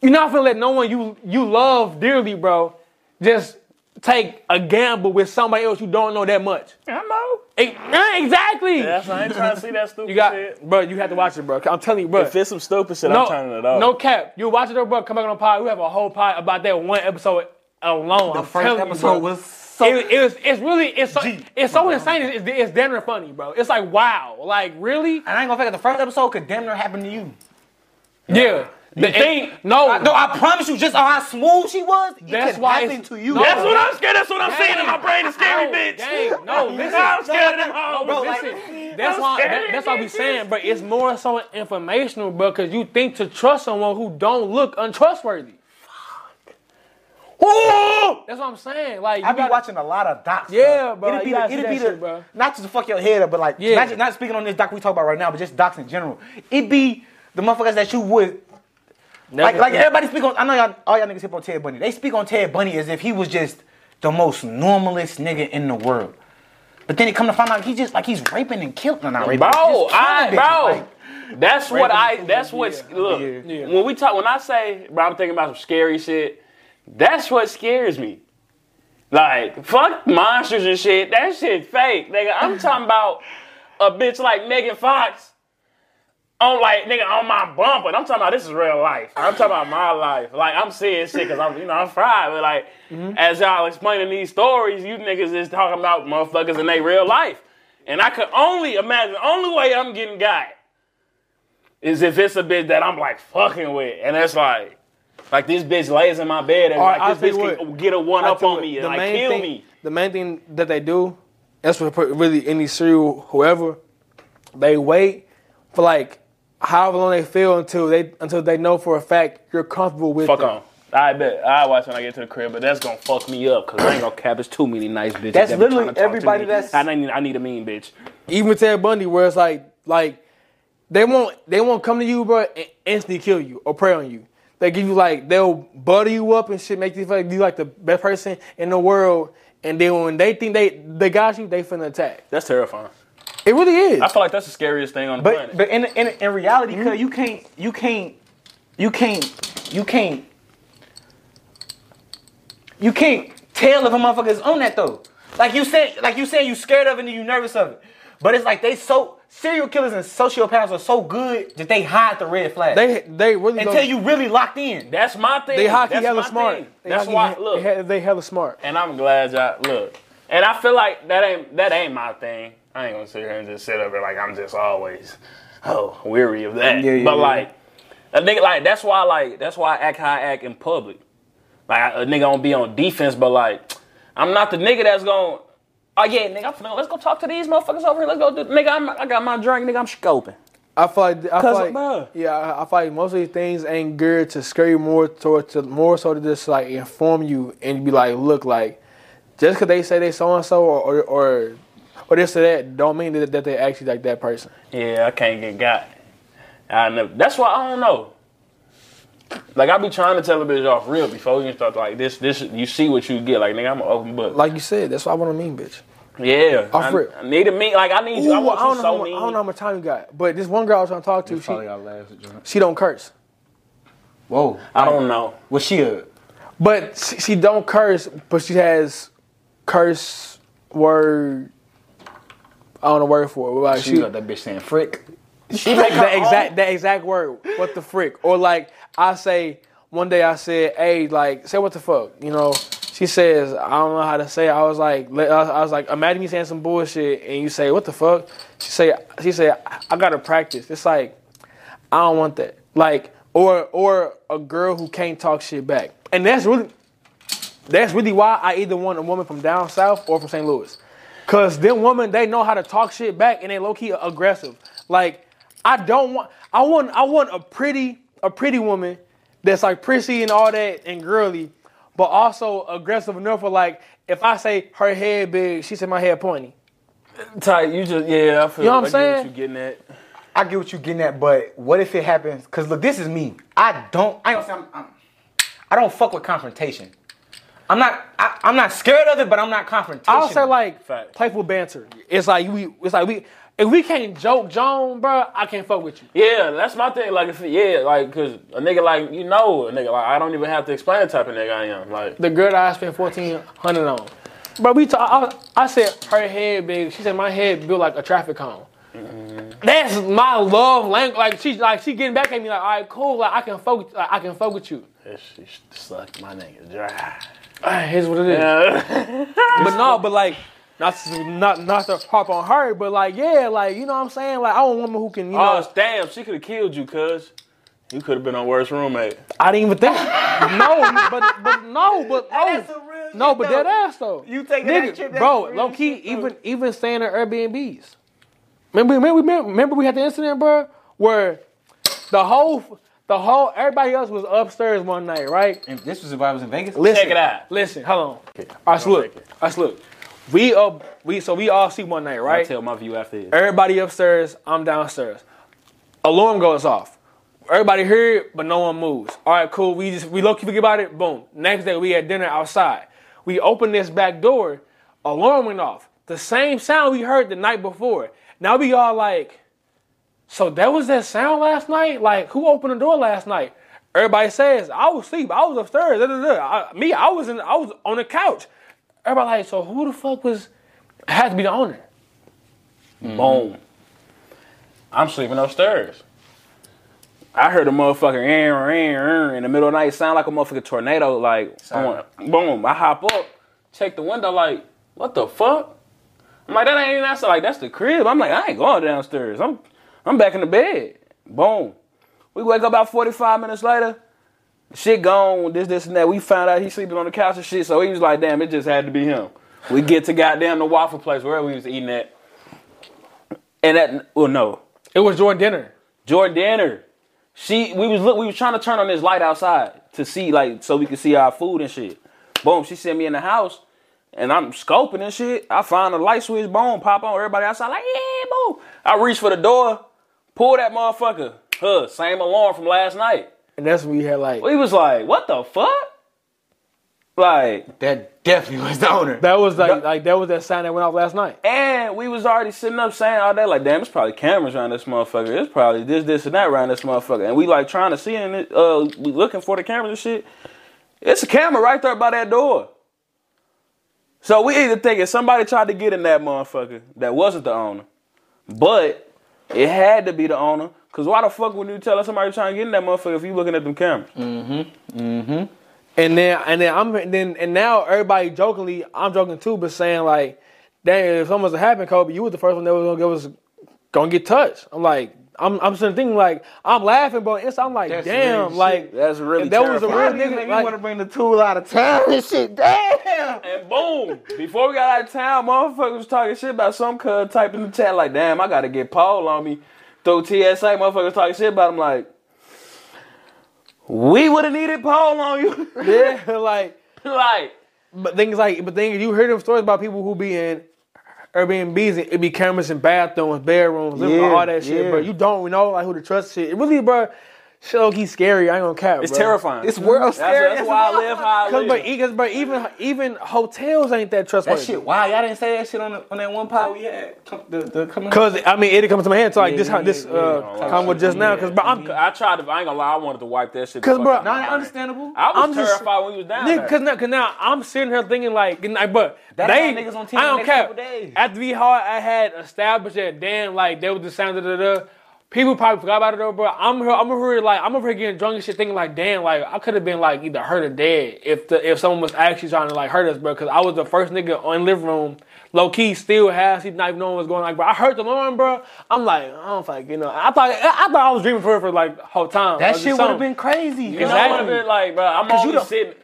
You're not gonna let no one you you love dearly, bro, just take a gamble with somebody else you don't know that much. I know. Ex- nah, exactly. That's I ain't trying to see that stupid You got, shit. bro. You have to watch it, bro. I'm telling you, bro. If it's some stupid shit, no, I'm turning it off. no cap. You watch it, though, bro. Come back on the pod. We have a whole pod about that one episode alone. The I'm first telling you, bro. episode was so. It, it was, it's really it's so, Gee. it's so insane. It's, it's damn near funny, bro. It's like wow, like really, and I ain't gonna forget the first episode could damn near happen to you. yeah. The think- no, No, I promise you, just how smooth she was, it That's can why happen it's- to you. No. That's what I'm scared. That's what I'm saying in my brain. is scary no, bitch. Dang, no, listen. I'm scared of them No, bro, hoes. Bro, listen. like, that's I'm why. scared that- of that's why I be bitches. saying, but it's more so informational, bro, because you think to trust someone who don't look untrustworthy. Ooh! That's what I'm saying. Like you I be gotta- watching a lot of docs. Yeah, bro, It'd be you the, gotta see it'd that be shit, the bro. not just to fuck your head up, but like Yeah. not, ju- not speaking on this doc we talk about right now, but just docs in general. It be the motherfuckers that you would like. Like everybody speak on. I know y'all, all y'all niggas hip on Ted Bundy. They speak on Ted Bundy as if he was just the most normalest nigga in the world. But then it come to find out he just like he's raping and killing. No, not raping. Bro, just killing I, bitches, bro. like- That's what I. Raping That's people, what's yeah. look. Yeah. When we talk, when I say, bro, I'm thinking about some scary shit. That's what scares me. Like fuck monsters and shit. That shit fake, nigga. I'm talking about a bitch like Megan Fox. On like nigga on my bumper. And I'm talking about this is real life. I'm talking about my life. Like I'm seeing shit because I'm you know I'm fried. But like Mm-hmm. as y'all explaining these stories, you niggas is talking about motherfuckers in their real life. And I could only imagine, only way I'm getting got is if it's a bitch that I'm like fucking with. And that's like, like this bitch lays in my bed and All right, I'll like this tell you bitch can what. get a one I'll up tell you on what, me and like kill thing, me. The main thing that they do, that's what put really any serial whoever, they wait for like however long they feel until they until they know for a fact you're comfortable with Fuck them. on. I bet. I watch when I get to the crib, but that's gonna fuck me up because I ain't gonna cap. It's too many nice bitches. That's that be trying literally to talk to everybody me. that's- I need. I need a mean bitch. Even with Ted Bundy, where it's like like they won't they won't come to you, bro, and instantly kill you or prey on you. They give you like they'll butter you up and shit, make you feel like you like the best person in the world. And then when they think they they got you, they finna attack. That's terrifying. It really is. I feel like that's the scariest thing on the But planet. but in in, in reality, Mm-hmm. cause you can't you can't you can't you can't you can't tell if a motherfucker is on that though. Like you said, like you said, you scared of it and you nervous of it. But it's like they so serial killers and sociopaths are so good that they hide the red flag they they really until don't- you really locked in. that's my thing. They hockey that's hella my smart. thing. They That's hockey why. he- Look, he- they hella smart. and I'm glad y'all look. And I feel like that ain't that ain't my thing. I ain't gonna sit here and just sit over like I'm just always oh weary of that. Yeah, yeah, but yeah. like a nigga like that's why like that's why I act how I act in public. Like a nigga gonna be on defense, but like I'm not the nigga that's gonna oh yeah nigga I'm finna, let's go talk to these motherfuckers over here. Let's go do nigga I'm, I got my drink nigga I'm scoping. I feel like I feel Cause, like bruh. yeah, I, I feel like most of these things ain't good to scare you more toward to more so to just like inform you and be like, look, like just because they say they so and so or or or this or that, don't mean that, that they actually like that person. Yeah, I can't get got. I never. That's why I don't know. Like I be trying to tell a bitch off real before you start like this. This you see what you get. Like nigga, I'm an open book. Like you said, that's what I want to mean, bitch. yeah, off I, real. I need a mean. Like I need you. I Ooh, I, want you don't know, so how, mu- mean. I don't know how much time you got, but this one girl I was trying to talk to, she, last she don't curse, Whoa, I don't know. was she a? but she, she don't curse, but she has curse word. I don't know word for it. but, Like She was like that bitch saying frick. She make the exact that exact word. What the frick? Or like I say one day I said, "Hey, like say what the fuck," you know. She says, "I don't know how to say." It. I was like, let- I was- I was like, imagine me saying some bullshit and you say, "What the fuck?" She say, she said, "I- "I gotta practice." It's like I don't want that. Like or or a girl who can't talk shit back, and that's really that's really why I either want a woman from down south or from St. Louis. Cause them women, they know how to talk shit back and they low key aggressive. Like I don't want, I want, I want a pretty, a pretty woman that's like prissy and all that and girly, but also aggressive enough for like if I say her head big, she said my head pointy. Tight. You just yeah. I feel. You know what I'm I get saying? you getting at? I get what you're getting at, but what if it happens? Cause look, this is me. I don't. I don't. I'm, I'm, I don't fuck with confrontation. I'm not. I, I'm not scared of it, but I'm not confrontational. I'll say like Fact. playful banter. It's like we, it's like we, if we can't joke, Joan, bro, I can't fuck with you. Yeah, that's my thing. Like if yeah, like cause a nigga like you know a nigga like I don't even have to explain the type of nigga I am. Like The girl that I spent fourteen hundred on. Bro, we talk, I, I said her head big. She said my head built like a traffic cone. That's my love language. Like she's like she getting back at me like, all right, cool. Like I can focus. Like, I can fuck with you. That shit sucked my nigga dry. Ah, here's what it is. but no, but like not to, not not to harp on her, but like yeah, like you know what I'm saying. Like I want a woman who can you know. Oh, damn, she could have killed you, cuz. You could have been our worst roommate. I didn't even think. no, but but no, but no, no, but dead ass though. You taking that Nigga, trip, that's bro, real low key, shit, though. even even staying at Airbnbs. Remember, remember, remember, we had the incident, bro, where the whole, the whole, everybody else was upstairs one night, right? And this was if I was in Vegas. Listen, Check it out. Listen, hold on. All right, so look, all right, so look. We up, we so we all see one night, I right? tell my view after this. Everybody upstairs, I'm downstairs. Alarm goes off. Everybody heard, but no one moves. All right, cool. We just we low key forget about it. Boom. Next day we at dinner outside. We open this back door. Alarm went off. The same sound we heard the night before. Now we all like, so that was that sound last night. Like who opened the door last night? Everybody says I was asleep. I was upstairs. Da, da, da. I, me, I was in. I was on the couch. Everybody like, so who the fuck was? It had to be the owner. Boom. I'm sleeping upstairs. I heard a motherfucker "Eh, eh, eh," in the middle of the night sound like a motherfucking tornado. Like, Siren. boom, boom. I hop up, check the window, like, what the fuck? I'm like, that ain't even outside. Like, that's the crib. I'm like, I ain't going downstairs. I'm, I'm back in the bed. Boom. We wake up about 45 minutes later. Shit gone, this, this, and that. We found out he's sleeping on the couch and shit. So he was like, damn, it just had to be him. We get to goddamn the waffle place, wherever we was eating at. And that, well, no, It was during dinner. Jordaner. She we was look we was trying to turn on this light outside to see like so we could see our food and shit. Boom, she sent me in the house and I'm scoping and shit. I find a light switch, boom, pop on everybody outside, like, yeah, boom. I reach for the door, pull that motherfucker. Huh, same alarm from last night. And that's when we had like We was like, what the fuck? Like, That definitely was the owner. that was like like that was that sound that went off last night. and we was already sitting up saying all that, like, damn, it's probably cameras around this motherfucker. It's probably this, this, and that around this motherfucker. And we like trying to see and it, uh, we looking for the cameras and shit. It's a camera right there by that door. So we either thinking somebody tried to get in that motherfucker that wasn't the owner, but it had to be the owner. Cause why the fuck would you tell us somebody trying to get in that motherfucker if you looking at them cameras? And then and then I'm and then and now everybody jokingly, I'm joking too, but saying like, dang, if something was to happen, Kobe, you was the first one that was gonna get was gonna get touched. I'm like, I'm I'm sitting thinking like I'm laughing, but it's I'm like, That's real damn, shit. like That's really if that was a terrifying. real Nigga, nigga, you like, want to bring the tool out of town and shit. Damn. And boom, before we got out of town, motherfuckers was talking shit about some cuz type in the chat like, damn, I gotta get Paul on me. Throw TSA, motherfuckers talking shit about him like, we would have needed Paul on you. yeah, like like, but things like but things you hear them stories about people who be in Airbnbs and it be cameras in bathrooms, bedrooms, living room, Yeah, all that shit, yeah. bro. You don't know like who to trust shit. It really, bro, shit low key scary. I ain't gonna cap. it's bro. terrifying. This world that's, scary. that's why I live how I Cause, live. but, e- 'cause, bro, even even hotels ain't that trustworthy. That shit. Why y'all didn't say that shit on the, on that one pod we had? Come, the, the, come on. Cause I mean, it comes to my head. So like this, yeah, this yeah, uh, yeah. combo just now. Cause bro, I'm, I tried to, I ain't gonna lie, I wanted to wipe that shit. the Cause, fuck bro, out nah, my Not mind. understandable. I was I'm just- terrified when we was down nigga, there. cause now, cause now I'm sitting here thinking like, and I- but That's they, how niggas on TV I don't the next care. couple days. After we hard, I had established that damn like there was the sound of the. People probably forgot about it though, bro. I'm here, I'm over here like I'm over here getting drunk and shit, thinking like, damn, like I could have been like either hurt or dead if the if someone was actually trying to like hurt us, bro. Cause I was the first nigga on living room, low key still half sleep, not even knowing what's going on. Like, bro, I heard the alarm, bro. I'm like, I don't fucking you know. I thought I, I thought I was dreaming for it for like the whole time. That Like, shit would something. have been crazy. You know? And I would've Exactly. been like, bro, I'm only you don't- sitting.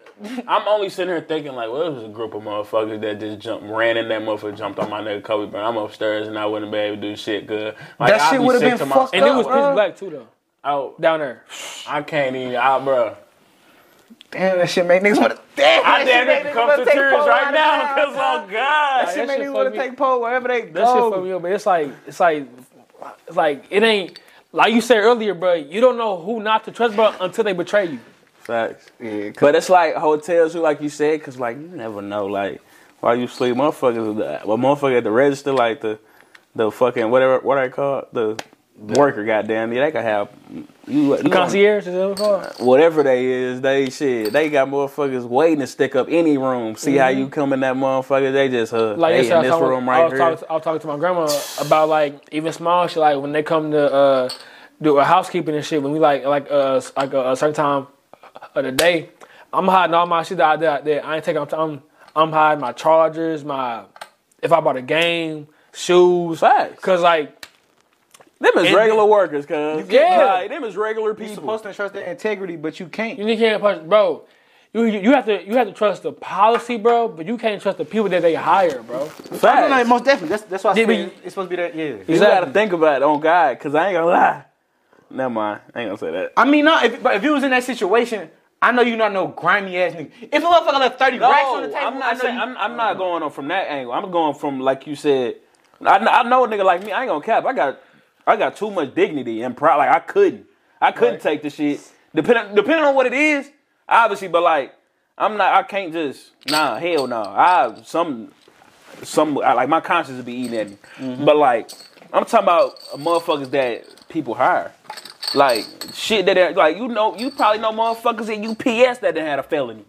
I'm only sitting here thinking like, well, it was a group of motherfuckers that just jumped, ran in that motherfucker, jumped on my nigga Kobe Bryant. I'm upstairs and I wouldn't be able to do shit good. Like, That I'd shit be would've sick been to my- fucked and it was up, bro. pitch black too though Oh, down there. I can't even, I, bro. Damn, that shit make niggas want to. Damn, I that damn shit near make come niggas to wanna take tears pole right out now of because oh god, town. That That shit made me fuck want me- to take pole wherever they That Oh. shit fucked go. me up, but it's like it's like it's like it ain't like you said earlier, bro. You don't know who not to trust, bro, until they betray you. Facts. but it's like hotels who, like you said, because like you never know, like while you sleep, motherfuckers, well, motherfucker at the register, like the the fucking whatever, what I call the worker, goddamn it. They could have you, you Concierge is that what it's called? whatever they is, they shit. They got motherfuckers waiting to stick up any room. See how you come in that motherfucker. They just uh, Mm-hmm. Like they yesterday, in I, this was talking- room I right was here. Talking, I was talking to my grandma about like even small shit, like when they come to uh, do a housekeeping and shit. When we like like uh s- like a, a certain time of the day, I'm hiding all my shit that I did out there. I ain't taking. I'm I'm hiding my chargers, my if I bought a game, shoes, Facts. cause like Them is and- regular workers, cuz. Yeah. Like, them is regular You're people. supposed to trust their integrity, but you can't. you can't push, bro. You, you you have to you have to trust the policy, bro, but you can't trust the people that they hire, bro. No, no, Facts. most definitely. That's, that's why I Yeah, said but it's it's supposed to be that. Yeah. You gotta think about it on God, because I ain't gonna lie. Never mind. I ain't gonna say that. I mean, no. If, but if you was in that situation, I know you not no grimy ass nigga. If a motherfucker left thirty racks on the table, I'm I not know saying, you- I'm, I'm not going on from that angle. I'm going from like you said. I, kn- I know a nigga like me. I ain't gonna cap. I got I got too much dignity and pride. Like I couldn't. I couldn't take the shit. Depending depending on what it is, obviously. But like I'm not. I can't just nah. Hell no. I some some I, like my conscience would be eating at me. But like I'm talking about motherfuckers that people hire. Like shit that like you know you probably know motherfuckers at UPS that done had a felony.